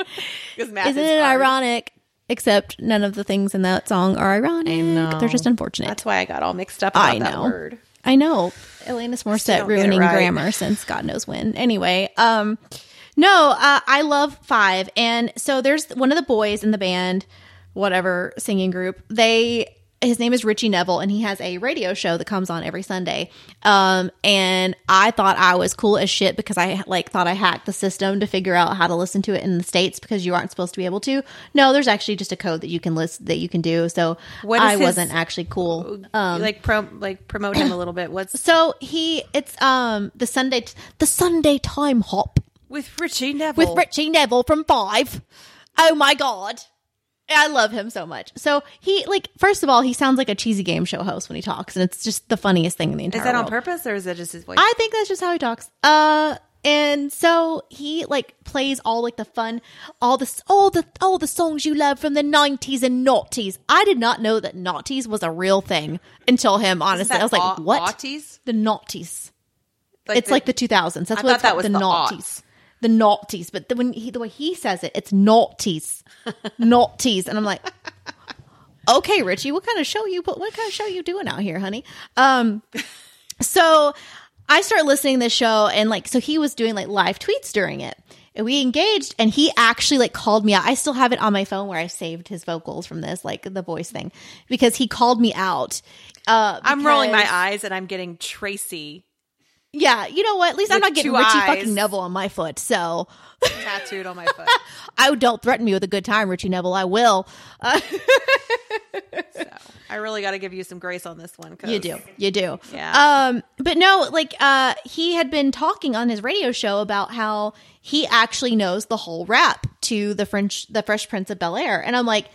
Because math
Isn't
is
it
hard.
ironic? Except none of the things in that song are ironic.
know.
They're just unfortunate.
That's why I got all mixed up. About
I
That
know.
word.
I know. Alanis Morissette
don't get it
ruining
right.
grammar since God knows when. Anyway, um, no, uh, I love Five, and so there's one of the boys in the band, whatever singing group. They his name is Richie Neville, and he has a radio show that comes on every Sunday. Um, and I thought I was cool as shit because I like thought I hacked the system to figure out how to listen to it in the states because you aren't supposed to be able to. No, there's actually just a code that you can list that you can do. So
What is
I
his-
wasn't actually cool. Um,
You, like pro, like promote him a little bit. What's
so he, it's um the Sunday, t- the Sunday time hop
with Richie Neville?
with Richie Neville from Five. Oh my god, I love him so much. So he like first of all, he sounds like a cheesy game show host when he talks, and it's just the funniest thing in the entire.
Is that on
world.
purpose or is that just his voice?
I think that's just how he talks. Uh, And so he like plays all like the fun, all the all the all the songs you love from the nineties and noughties. I did not know that noughties was a real thing until him. Honestly, I was like,
au-
what?
aughties?
The noughties.
Like
it's like the two thousands. That's
I
what it's
thought
called,
that
the,
was the
noughties. The noughties, but the, when he, the way he says it, it's noughties, noughties, and I'm like, okay, Richie, what kind of show you put? What kind of show you doing out here, honey? Um, so I start listening to this show, and like, so he was doing like live tweets during it, and we engaged, and he actually like called me out. I still have it on my phone where I saved his vocals from this, like the voice thing, because he called me out. Uh,
I'm rolling my
because-
eyes and I'm getting Tracy
yeah, you know what? At least I'm
With
not getting
two
Richie
eyes.
fucking Neville on my foot. So
tattooed on my foot.
I don't threaten me with a good time, Richie Neville. I will.
I really got to give you some grace on this one. 'cause-
You do. You do.
Yeah.
Um, but no, like uh he had been talking on his radio show about how he actually knows the whole rap to the French the Fresh Prince of Bel Air. And I'm like,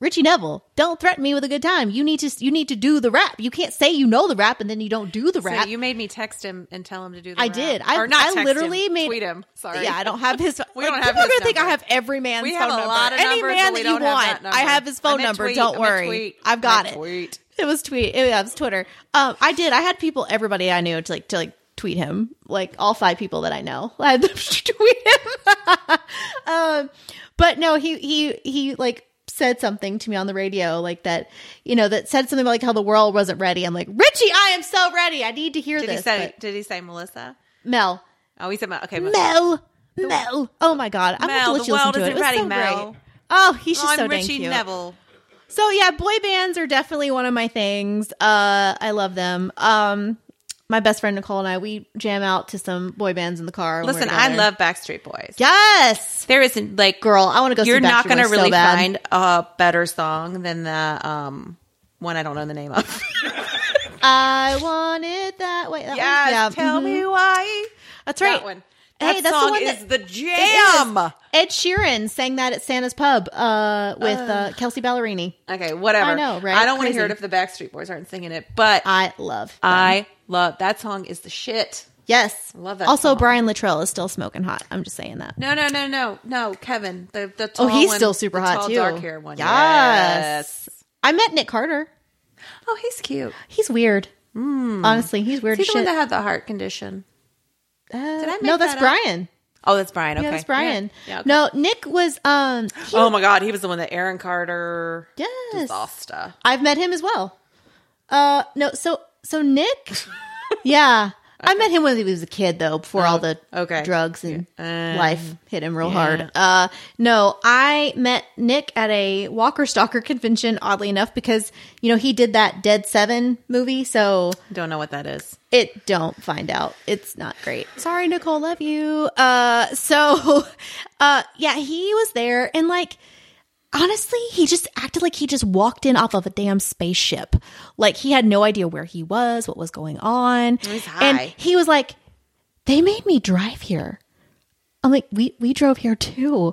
Richie Neville, don't threaten me with a good time. You need to you need to do the rap. You can't say you know the rap and then you don't do the
So
rap.
you made me text him and tell him to do. The
I
rap.
did. I-
or not
I
text him,
literally made-
tweet him. Sorry.
Yeah, I don't have his.
We
like,
don't have
people are
his
gonna think I
number.
have every man's.
We
phone
have a
number.
lot of
any
numbers,
man
but we
that you
don't have
want.
that
I
number.
have his phone
I meant
number.
tweet.
Don't
I meant
worry,
tweet.
I've got
I
it.
meant tweet.
It was tweet. Yeah, it was Twitter. Um, I did. I had people, everybody I knew, to like to like tweet him. Like all five people that I know, I had them tweet him. um, but no, he he he like said something to me on the radio like that you know that said something about like how the world wasn't ready i'm like richie i am so ready i need to hear
Did
this
he say?
But
Did he say Melissa?
mel
Oh, he said Mel. Okay, Mel.
Mel, Mel. Oh my God, I'm
Mel,
going to
the
let you listen
world
to it. It
isn't
was
ready,
so
Mel.
great. Oh, he's
Oh,
just so
I'm
dang
Richie
cute. Oh
Neville.
So yeah, boy bands are definitely one of my things. Uh, I love them. Um, my best friend Nicole and I we jam out to some boy bands in the car. when we're
Listen, I
together.
love Backstreet Boys.
Yes,
There isn't like
girl, I want to go.
You're
see
not
going
going to
to so
really
bad.
find a better song than the um one I don't know the name of.
I want it that way. That one?
Yes,
yeah.
tell
mhm.
me why.
That's right.
That one.
Hey, that's
That
the
song
one
is
that-
the
It is.
jam.
Ed Sheeran sang that at Santa's Pub uh, with uh, Kelsey Ballerini.
Okay, whatever.
I know, right?
I don't want to
Crazy.
hear it if the Backstreet Boys aren't singing it, but I,
I love.
love that song. Is the shit.
Yes.
Love that
Also,
song.
Brian Littrell is still smoking hot. I'm just saying that.
No, no, no, no, no. Kevin, the the
Oh,
tall
he's
one-
still super
the
hot
tall,
too.
Dark hair one.
Yes. I met Nick Carter.
Oh, he's cute.
He's weird. Honestly, he's weird
He's
as
Hmm. the
shit.
one that had the heart condition.
Uh,
Did I make
no, that's
that up?
Brian.
Oh, that's Brian. Okay,
Yeah, that's Brian.
Yeah. Yeah, okay.
No, Nick was. Um, he-
Oh my God, he was the one that Aaron Carter.
Yes.
Disaster.
I've met him as well. Uh, no, so so Nick. yeah, I met him when he was a kid though. Before all the
Oh, okay.
drugs and
Yeah. Um,
life hit him real hard. Uh, no, I met Nick at a Walker Stalker convention. Oddly enough, because you know he did that Dead Seven movie, so
Don't know what that is.
it don't find out it's not great sorry nicole love you uh so uh yeah he was there and like honestly he just acted like he just walked in off of a damn spaceship like he had no idea where he was what was going on
He's
and
high.
he was like they made me drive here i'm like we we drove here too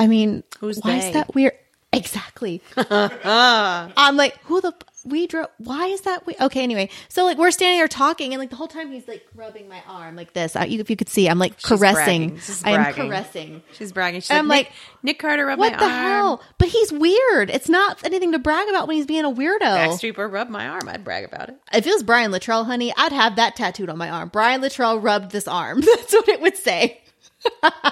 i mean
Who's
why
they?
is that weird exactly I'm like, who the f- we drove? Why is that? We okay. Anyway, so like we're standing there talking, and like the whole time he's like rubbing my arm like this. I, you, if you could see, I'm like caressing.
bragging. She's
I am
bragging.
caressing.
She's bragging. She's
And I'm
like,
like,
Nick, Nick Carter rubbed
What
my
the
arm.
hell? But he's weird. It's not anything to brag about when he's being a weirdo.
Backstreet Boy rubbed my arm. I'd brag about it.
If it was Brian Luttrell, honey, I'd have that tattooed on my arm. Brian Luttrell rubbed this arm. That's what it would say.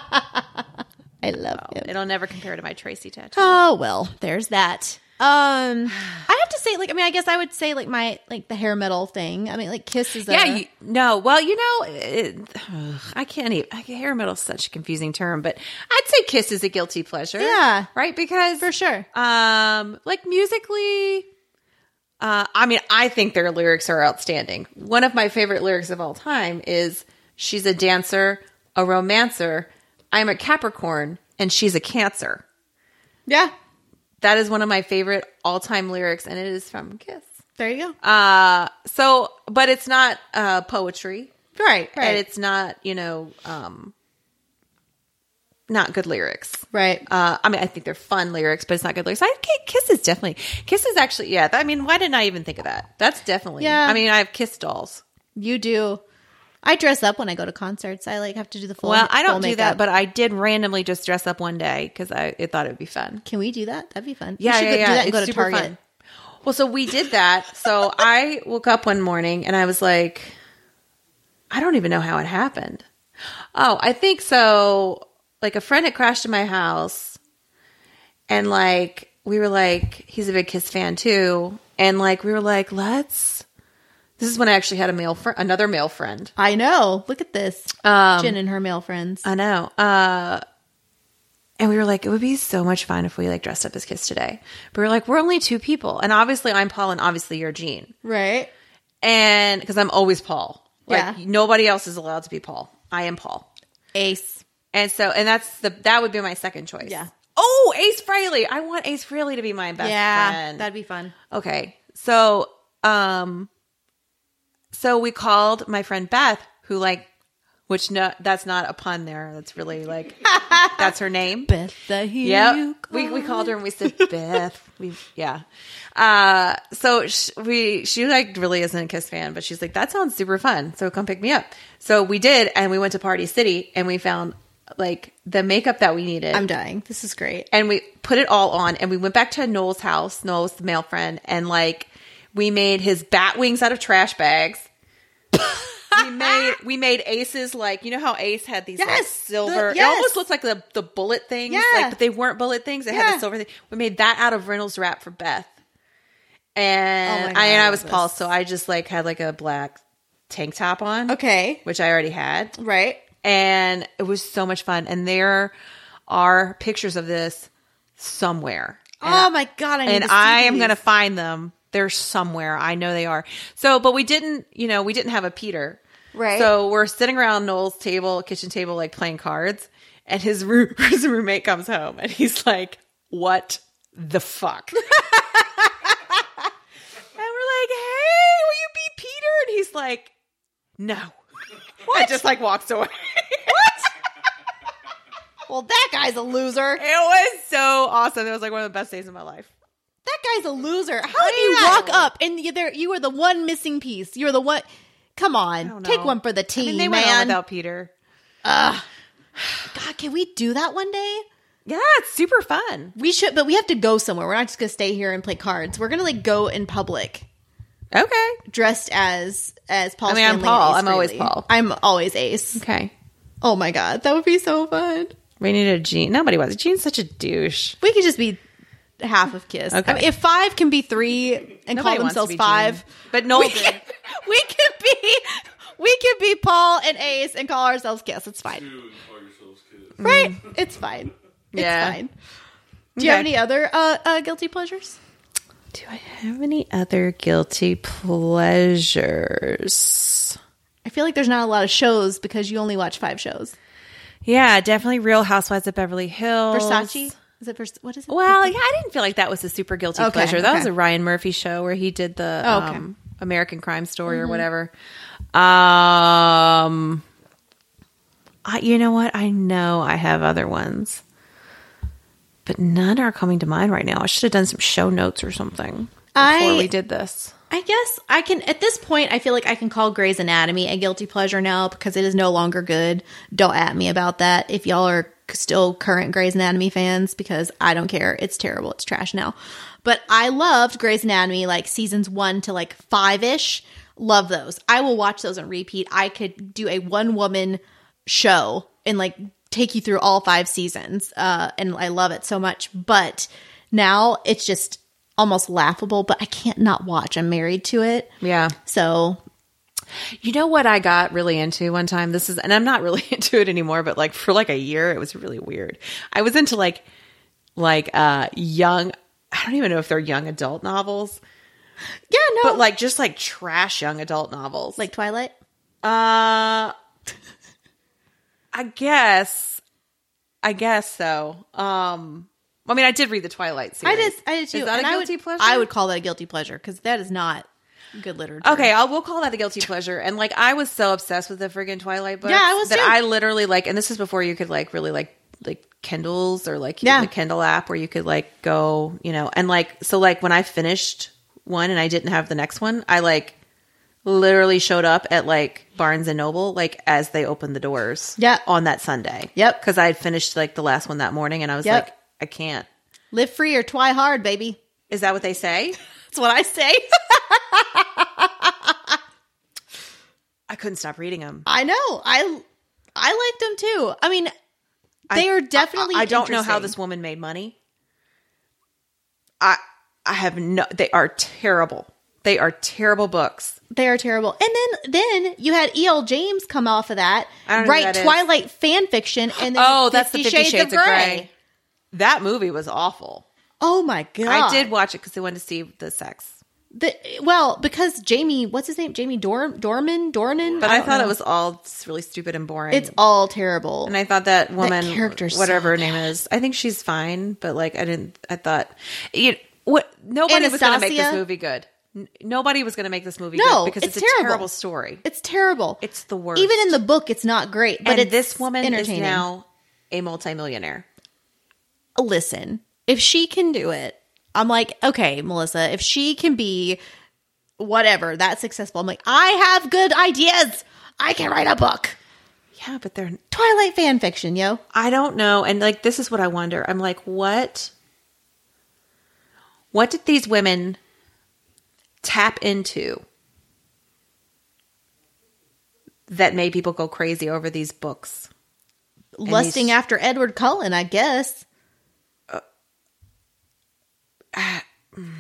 I love him.
It'll never compare to my Tracy tattoo.
Oh well, there's that. Um, I have to say, like, I mean, I guess I would say like my like the hair metal thing. I mean, like Kiss is a,
yeah, you, no. Well, you know, it, ugh, I can't even. I, hair metal's such a confusing term, but I'd say kiss is a guilty pleasure.
Yeah.
right. Because
for sure.
um, like musically, uh, I mean, I think their lyrics are outstanding. One of my favorite lyrics of all time is "She's a dancer, a romancer. I'm a Capricorn, and she's a Cancer."
Yeah,
That is one of my favorite all-time lyrics, and it is from Kiss.
there you go.
Uh, so, but it's not uh, poetry,
right, right,
and it's not you know, um, not good lyrics.
right.
Uh, I mean, I think they're fun lyrics, but it's not good lyrics. I think Kiss is definitely Kiss is actually yeah. I mean, why didn't I even think of that? That's definitely.
Yeah.
I mean, I have Kiss dolls.
you do. I dress up when I go to concerts. I like have to do the full.
Well, I
full
don't do that,
makeup.
but I did randomly just dress up one day because I it thought it would be fun.
can we do that? That'd be fun.
Yeah,
we should
yeah,
go,
yeah.
do that and
It's
go to
super
Target.
fun. Well, so we did that. So I woke up one morning and I was like, I don't even know how it happened. Oh, I think so. Like a friend had crashed in my house, and like we were like, he's a big Kiss fan too, and like we were like, let's. This is when I actually had a male friend, another male friend.
I know. Look at this.
Um,
Jen and her male friends.
I know. Uh, and we were like, it would be so much fun if we like dressed up as Kiss today. But we are like, we're only two people, and obviously I'm Paul, and obviously you're Jean,
right.
and because I'm always Paul. Like
Yeah.
nobody else is allowed to be Paul. I am Paul,
Ace.
and so and that's the that would be my second choice.
Yeah.
Oh, Ace Frehley. I want Ace Frehley to be my best
yeah.
friend.
That'd be fun.
Okay. So, um, so we called my friend Beth, who like, which no, that's not a pun there. That's really like, that's her name.
Beth, I hear you
Yep.
call.
We, we called her and we said, Beth, we, yeah. Uh, so sh- we, she like really isn't a Kiss fan, but she's like, that sounds super fun. So come pick me up. So we did. And we went to Party City and we found like the makeup that we needed
I'm dying. this is great.
and we put it all on and we went back to Noel's house. Noel was the male friend and like we made his bat wings out of trash bags. we made we made Ace's like you know how Ace had these like
Yes,
silver
the-
it almost
yes.
looks like the the bullet things
Yeah.
like but they weren't bullet things it had
Yeah.
the silver thing we made that out of Reynolds wrap for Beth
Oh my
and
God,
I and
I
I
love
was
this.
Paul so I just like had like a black tank top on
Okay.
which I already had
Right.
and it was so much fun. And there are pictures of this somewhere.
oh my god! I need
And
to see
I am
these.
going to find them. They're somewhere. I know they are. So, but we didn't, you know, we didn't have a Peter.
Right.
So we're sitting around Noel's table, kitchen table, like playing cards. And his, roo- his roommate comes home and he's like, what the fuck? and we're like, hey, will you be Peter? And he's like, no. What? And just like walks away.
Well, that guy's a loser.
It was so awesome. It was like one of the best days of my life.
That guy's a loser. How do you
Yeah.
walk up and you- there you are the one missing piece? You're the one. Come on,
don't
take
know.
one for the
I
team,
mean, they went on
man.
without Peter.
God, can we do that one day?
Yeah, it's super fun.
We should, but we have to go somewhere. We're not just gonna stay here and play cards. We're gonna like go in public,
Okay.
dressed as as Paul.
I mean, I'm
Stanley
Paul.
and Ace
I'm always
Frehley.
Paul.
I'm always Ace.
Okay.
Oh my god, that would be so fun.
We needed a Gene. Nobody was. Gene's such a douche.
We could just be half of Kiss. I
Okay.
mean, if five can be three and
Nobody
call
wants to
themselves
be
five,
Gene. But Noel
we can,
did.
we can be we can be Paul and Ace and call ourselves Kiss. It's fine,
You call yourselves kids.
right? It's fine. It's
Mm. Yeah.
fine. Do you have
Okay.
any other uh, uh, guilty pleasures?
Do I have any other guilty pleasures?
I feel like there's not a lot of shows because you only watch five shows.
Yeah, definitely Real Housewives of Beverly Hills.
Versace is it? Vers- what is it?
Well, yeah, I didn't feel like that was a super guilty
Okay,
pleasure. That was
okay.
a Ryan Murphy show where he did the
Oh, okay. Mm-hmm.
um, American Crime Story or whatever. Um, I, you know what? I know I have other ones, but none are coming to mind right now. I should have done some show notes or something before
I-
we did this.
I guess I can at this point I feel like I can call Grey's Anatomy a guilty pleasure now because it is no longer good. Don't at me about that if y'all are still current Grey's Anatomy fans because I don't care. It's terrible. It's trash now. But I loved Grey's Anatomy like seasons 1 to like 5ish. Love those. I will watch those on repeat. I could do a one woman show and like take you through all five seasons. Uh and I love it so much, but now it's just almost laughable, but I can't not watch. I'm married to it.
Yeah.
So
You know what I got really into one time? This is, and I'm not really into it anymore, but like for like a year, it was really weird. I was into like, like, uh, young, I don't even know if they're young adult novels,
yeah, no.
but like just like trash young adult novels.
like Twilight.
uh, I guess, I guess so. Um, I mean, I did read the Twilight series.
I did I did too.
Is that
and
a
I
guilty
would,
pleasure?
I would call that a guilty pleasure because that is not good literature.
Okay, I'll, we'll call that a guilty pleasure. And like, I was so obsessed with the friggin' Twilight books.
Yeah, I was
that
too.
I literally like, and this is before you could like really like like Kindles or like
Yeah.
the Kindle app where you could like go, you know, and like so like when I finished one and I didn't have the next one, I like literally showed up at like Barnes and Noble like as they opened the doors.
Yeah.
On that Sunday.
Yep.
Because I had finished like the last one that morning and I was
Yep.
like, I can't.
Live free or twi hard, baby.
Is that what they say?
That's what I say.
I couldn't stop reading them.
I know. I I liked them too. I mean, they are definitely.
I, I don't know how
interesting.
this woman made money. I I have no they are terrible. They are terrible books.
They are terrible. And then then you had E.L. James come off of that,
I don't know who
write
that is.
Twilight fan fiction, and then
Oh, that's the Fifty Shades, of Grey. That movie was awful.
Oh my god!
I did watch it because I wanted to see the sex.
The, well because Jamie, what's his name? Jamie Dorm Dorman Dornan.
But I, thought
know.
it was all s- really stupid and boring.
it's all terrible.
and I thought that woman,
character's
whatever
so
her name is, I think she's fine. But like, I didn't. I thought you what nobody was going to make this
Anastasia?
movie good. N- nobody was going to make this movie
No,
good because
it's
it's, a
terrible.
terrible story.
it's terrible.
It's the worst.
Even in the book, it's not great. But
and
it's
this woman is
entertaining.
now a multimillionaire.
listen, if she can do it, I'm like, okay, Melissa, if she can be whatever that successful, I'm like, I have good ideas. I can write a book.
Yeah, but they're
Twilight fan fiction, yo.
I don't know. And like, this is what I wonder. I'm like, what? What did these women tap into that made people go crazy over these books?
Lusting
these-
after Edward Cullen, I guess.
Uh, mm.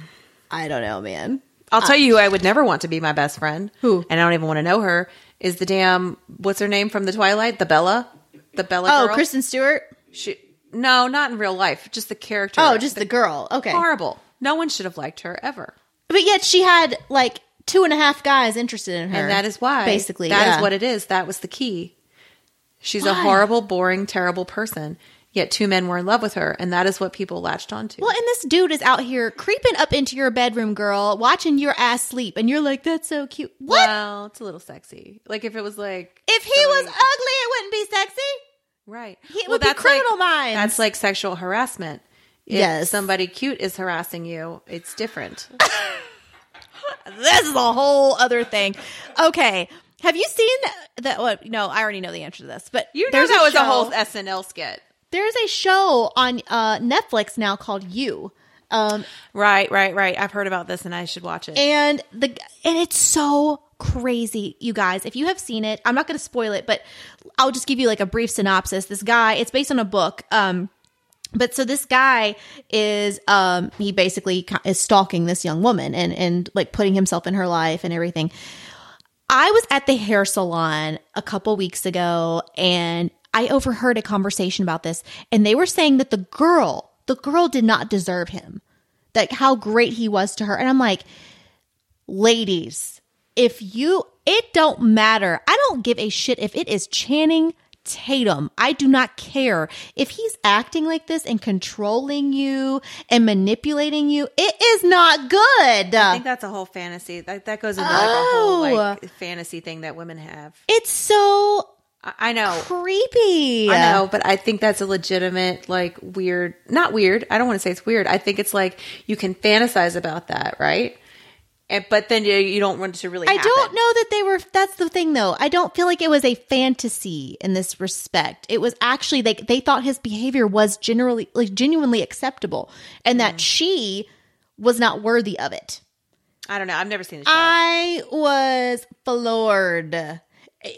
I don't know, man.
I'll tell you who I would never want to be my best friend.
Who?
And I don't even want to know her. Is the damn what's her name from the Twilight? The Bella, the Bella.
Oh,
girl?
Kristen Stewart.
She, no, not in real life. Just the character.
Oh, just the girl. Okay,
horrible. No one should have liked her ever.
but yet she had like two and a half guys interested in her,
And that is why.
basically,
that is
yeah.
what it is. That was the key. She's a
Why?
horrible, boring, terrible person. Yet two men were in love with her, and that is what people latched onto.
Well, and this dude is out here creeping up into your bedroom, girl, watching your ass sleep, and you're like, "That's so cute." What
Well, it's a little sexy. Like if it was like
if he was ugly? It wouldn't be sexy.
right,
He would be criminal
like,
minds.
That's like sexual harassment. If
Yes.
somebody cute is harassing you, it's different.
This is a whole other thing. Okay, have you seen that? What? No, I already know the answer to this, but
You know that
a
was a
show-
whole SNL skit.
There's a show on uh, Netflix now called You. Um,
Right, right, right. I've heard about this, and I should watch it.
and the and it's so crazy you guys if you have seen it i'm not going to spoil it but i'll just give you like a brief synopsis this guy it's based on a book um but so this guy is um he basically ki- is stalking this young woman and and like putting himself in her life and everything I was at the hair salon a couple weeks ago and I overheard a conversation about this and they were saying that the girl, the girl did not deserve him. Like how great he was to her and I'm like, "Ladies, if you it don't matter. I don't give a shit if it is Channing Tatum. I do not care if he's acting like this and controlling you and manipulating you. It is not good.
I think that's a whole fantasy. That that goes into like a whole
Oh.
like fantasy thing that women have.
It's so
I, I know.
creepy.
I know, but I think that's a legitimate, like, weird, not weird. I don't want to say it's weird. I think it's like you can fantasize about that, right? And, but then you, you don't want it to really
I
happen.
don't know that they were. That's the thing, though. I don't feel like it was a fantasy in this respect. It was actually like they thought his behavior was generally, like, genuinely acceptable, and that she was not worthy of it.
I don't know. I've never seen
Uh,
the show.
I was floored.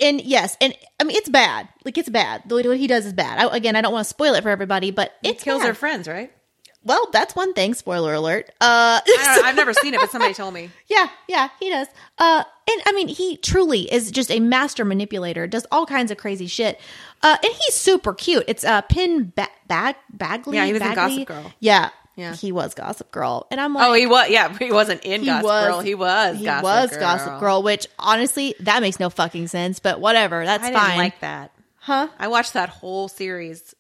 And yes, and I mean it's bad. Like it's bad. The way what he does is bad. I, again, I don't want to spoil it for everybody, but
it
it
kills
bad.
her friends, right?
Well, that's one thing. Spoiler alert. Uh,
I don't know. I've never seen it, but somebody told me.
Yeah, yeah, he does. Uh, and I mean, he truly is just a master manipulator. Does all kinds of crazy shit. Uh, and he's super cute. It's uh, Pin ba- Bag Bagley.
Yeah, he was in
Bagley?
Gossip Girl.
Yeah,
Yeah.
he was Gossip Girl. And I'm like,
Oh, he was. Yeah, he wasn't in Gossip Girl. He was.
he
Gossip
was
Girl.
Gossip Girl. Which honestly, that makes no fucking sense. But whatever, that's
I didn't
fine.
like that.
huh?
I watched that whole series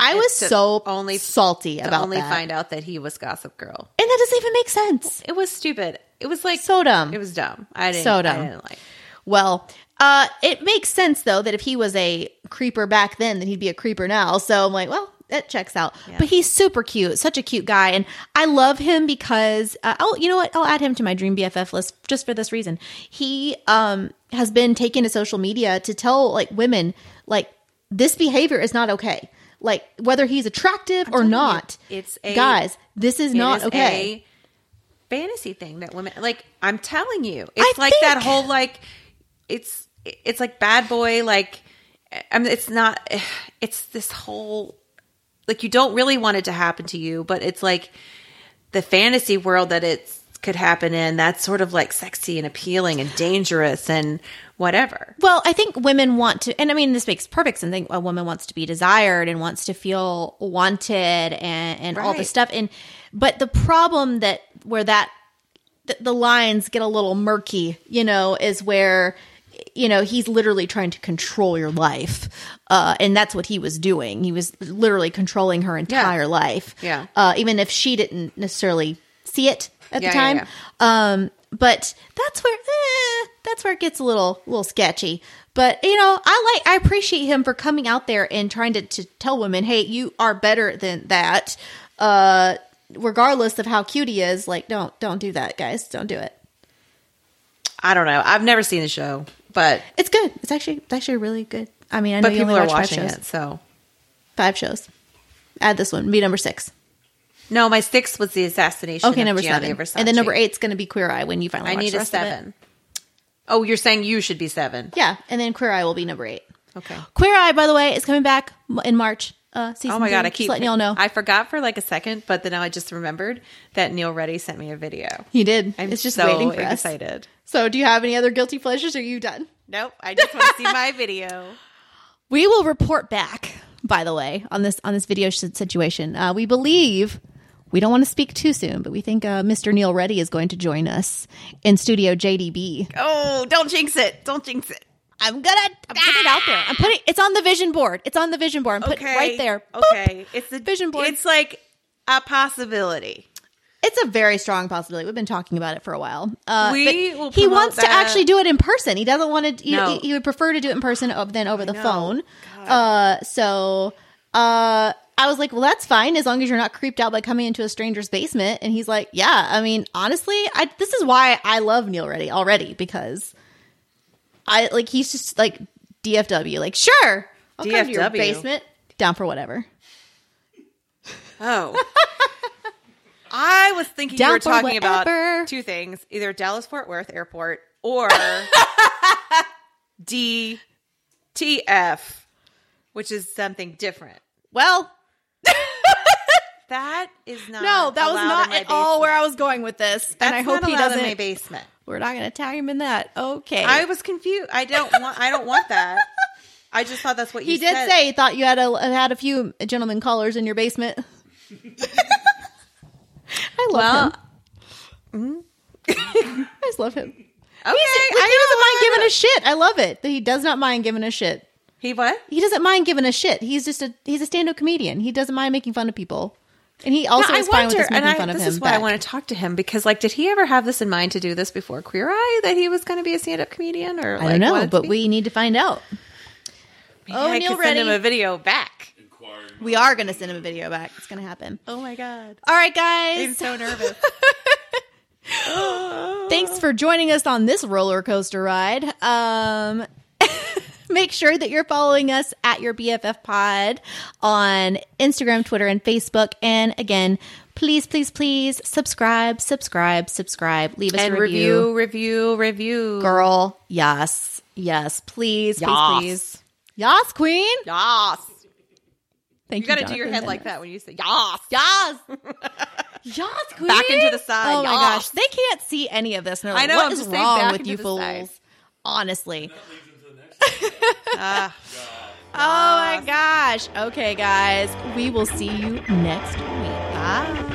I was
to
so only
only-
salty
to
about
only
that,
find out that he was Gossip Girl.
and that doesn't even make sense.
It was stupid. It was like
So dumb.
It was dumb. I didn't.
So
I
dumb.
didn't like.
Well, uh, it makes sense though that if he was a creeper back then, then he'd be a creeper now. So I'm like, well, that checks out. But he's super cute, such a cute guy, and I love him because uh, oh, you know what? I'll add him to my dream BFF list just for this reason. He um has been taken to social media to tell like women like this behavior is not okay. Like whether he's attractive or
telling you,
not,
it's a-
guys. This is
It
not
is
okay.
a fantasy thing that women like. I'm telling you, it's
I
like that
think-
whole like it's it's like bad boy like. I mean, it's not. It's this whole like you don't really want it to happen to you, but it's like the fantasy world that it could happen in. That's sort of like sexy and appealing and dangerous and whatever.
Well, I think women want to, and I mean, this makes perfect sense. I think a woman wants to be desired and wants to feel wanted and, and all
Right.
this stuff. And, but the problem that where that, th- the lines get a little murky, you know, is where, you know, he's literally trying to control your life. Uh, and that's what he was doing. He was literally controlling her entire life.
Yeah.
Uh, even if she didn't necessarily see it at
Yeah,
the
yeah,
time.
yeah.
Um, but that's where eh, that's where it gets a little little sketchy. But you know, I like I appreciate him for coming out there and trying to, to tell women, hey, you are better than that. Uh, regardless of how cute he is, like don't don't do that, guys. Don't do it.
I don't know. I've never seen the show, but
It's good. It's actually it's actually really good. I mean, I know
but
you
people
only
are
watch
watching
five shows.
it, so
Five shows. Add this one. Be number six.
No, my sixth was the assassination.
Okay,
of
number
Gianni
seven.
Versace.
And then number eight's going to be Queer Eye when you finally.
I
watch
need
the
a
rest of it.
seven. Oh, you're saying you should be seven.
Yeah, and then Queer Eye will be number eight.
Okay.
Queer Eye, by the way, is coming back m- in March. Uh, season
Oh my god,
three.
I keep
Just letting y'all know.
I forgot for like a second, but then I just remembered that Neil Reddy sent me a video.
he did.
I'm
it's just
so
waiting for us.
excited.
So, do you have any other guilty pleasures? Or are you done?
Nope, I just want to see my video.
We will report back. By the way, on this on this video sh- situation, uh, we believe we don't want to speak too soon, but we think uh, Mr. Neil Reddy is going to join us in Studio JDB.
Oh, don't jinx it! Don't jinx it.
I'm gonna I'm putting it out there. I'm putting it's on the vision board. It's on the vision board. I'm putting it right there. Boop.
Okay, it's the
Vision board.
It's like a possibility.
It's a very strong possibility. We've been talking about it for a while. Uh,
We
but
will
he
promote
wants to
that.
actually do it in person. He doesn't want to. He,
No.
he would prefer to do it in person o- than over the phone. Uh, so uh, I was like, "Well, that's fine as long as you're not creeped out by coming into a stranger's basement." And he's like, "Yeah, I mean, honestly, I, this is why I love Neil Reddy already because I like he's just like DFW. Like, sure, I'll come to your
DFW.
basement, down for whatever."
Oh. I was thinking
Down
you were
for
talking
whatever.
about two things either Dallas Fort Worth Airport or DTF, which is something different.
Well,
That is not.
no, that was
Uh, allowed
not
in my
at all
basement.
where I was going with this,
That's
and I hope
not
he
allowed
doesn't.
In my basement.
We're not going to tag him in that. Okay.
I was confused. I don't want. I don't want that. I just thought that's what you
he did
said.
say he thought you had a had a few gentlemen callers in your basement. I love him. I just love him.
Okay,
He doesn't mind giving a shit. I love it that he does not mind giving a shit.
He what?
He doesn't mind giving a shit. He's just a he's a stand up comedian. He doesn't mind making fun of people, and he also
No,
is fine with us making
I,
fun of
this
him.
is why I
back.
want to talk to him because, like, did he ever have this in mind to do this before Queer Eye that he was going to be a stand-up comedian? Or
I
like,
don't know,
wanted to
but
be?
we need to find out.
Maybe
Oh,
I
Neil
could send him
Reddy.
a video back.
Inquiring.
We are going to send him a video back. It's going to happen.
Oh my god,
All right, guys.
I'm so nervous.
Thanks for joining us on this roller coaster ride. Um, make sure that you're following us at your BFF pod on Instagram, Twitter, and Facebook. And again, please, please, please subscribe, subscribe, subscribe. Leave us
and
a review.
review, review, review.
Girl, yes, yes, please,
Yas.
please, please. Yas, queen.
Yas.
Thank
You
you.
got to do your
Jonathan
head like that when you say yas.
Yas. Yas, queen.
Back into the side.
Oh my
Yas.
gosh. They can't see any of this. And they're like,
I know,
What
I'm
is
just saying
wrong
back
with
into
you
the side.
fools? Honestly.
That leads into the next one.
Ah.
Oh my gosh. Okay, guys. We will see you next week. Bye.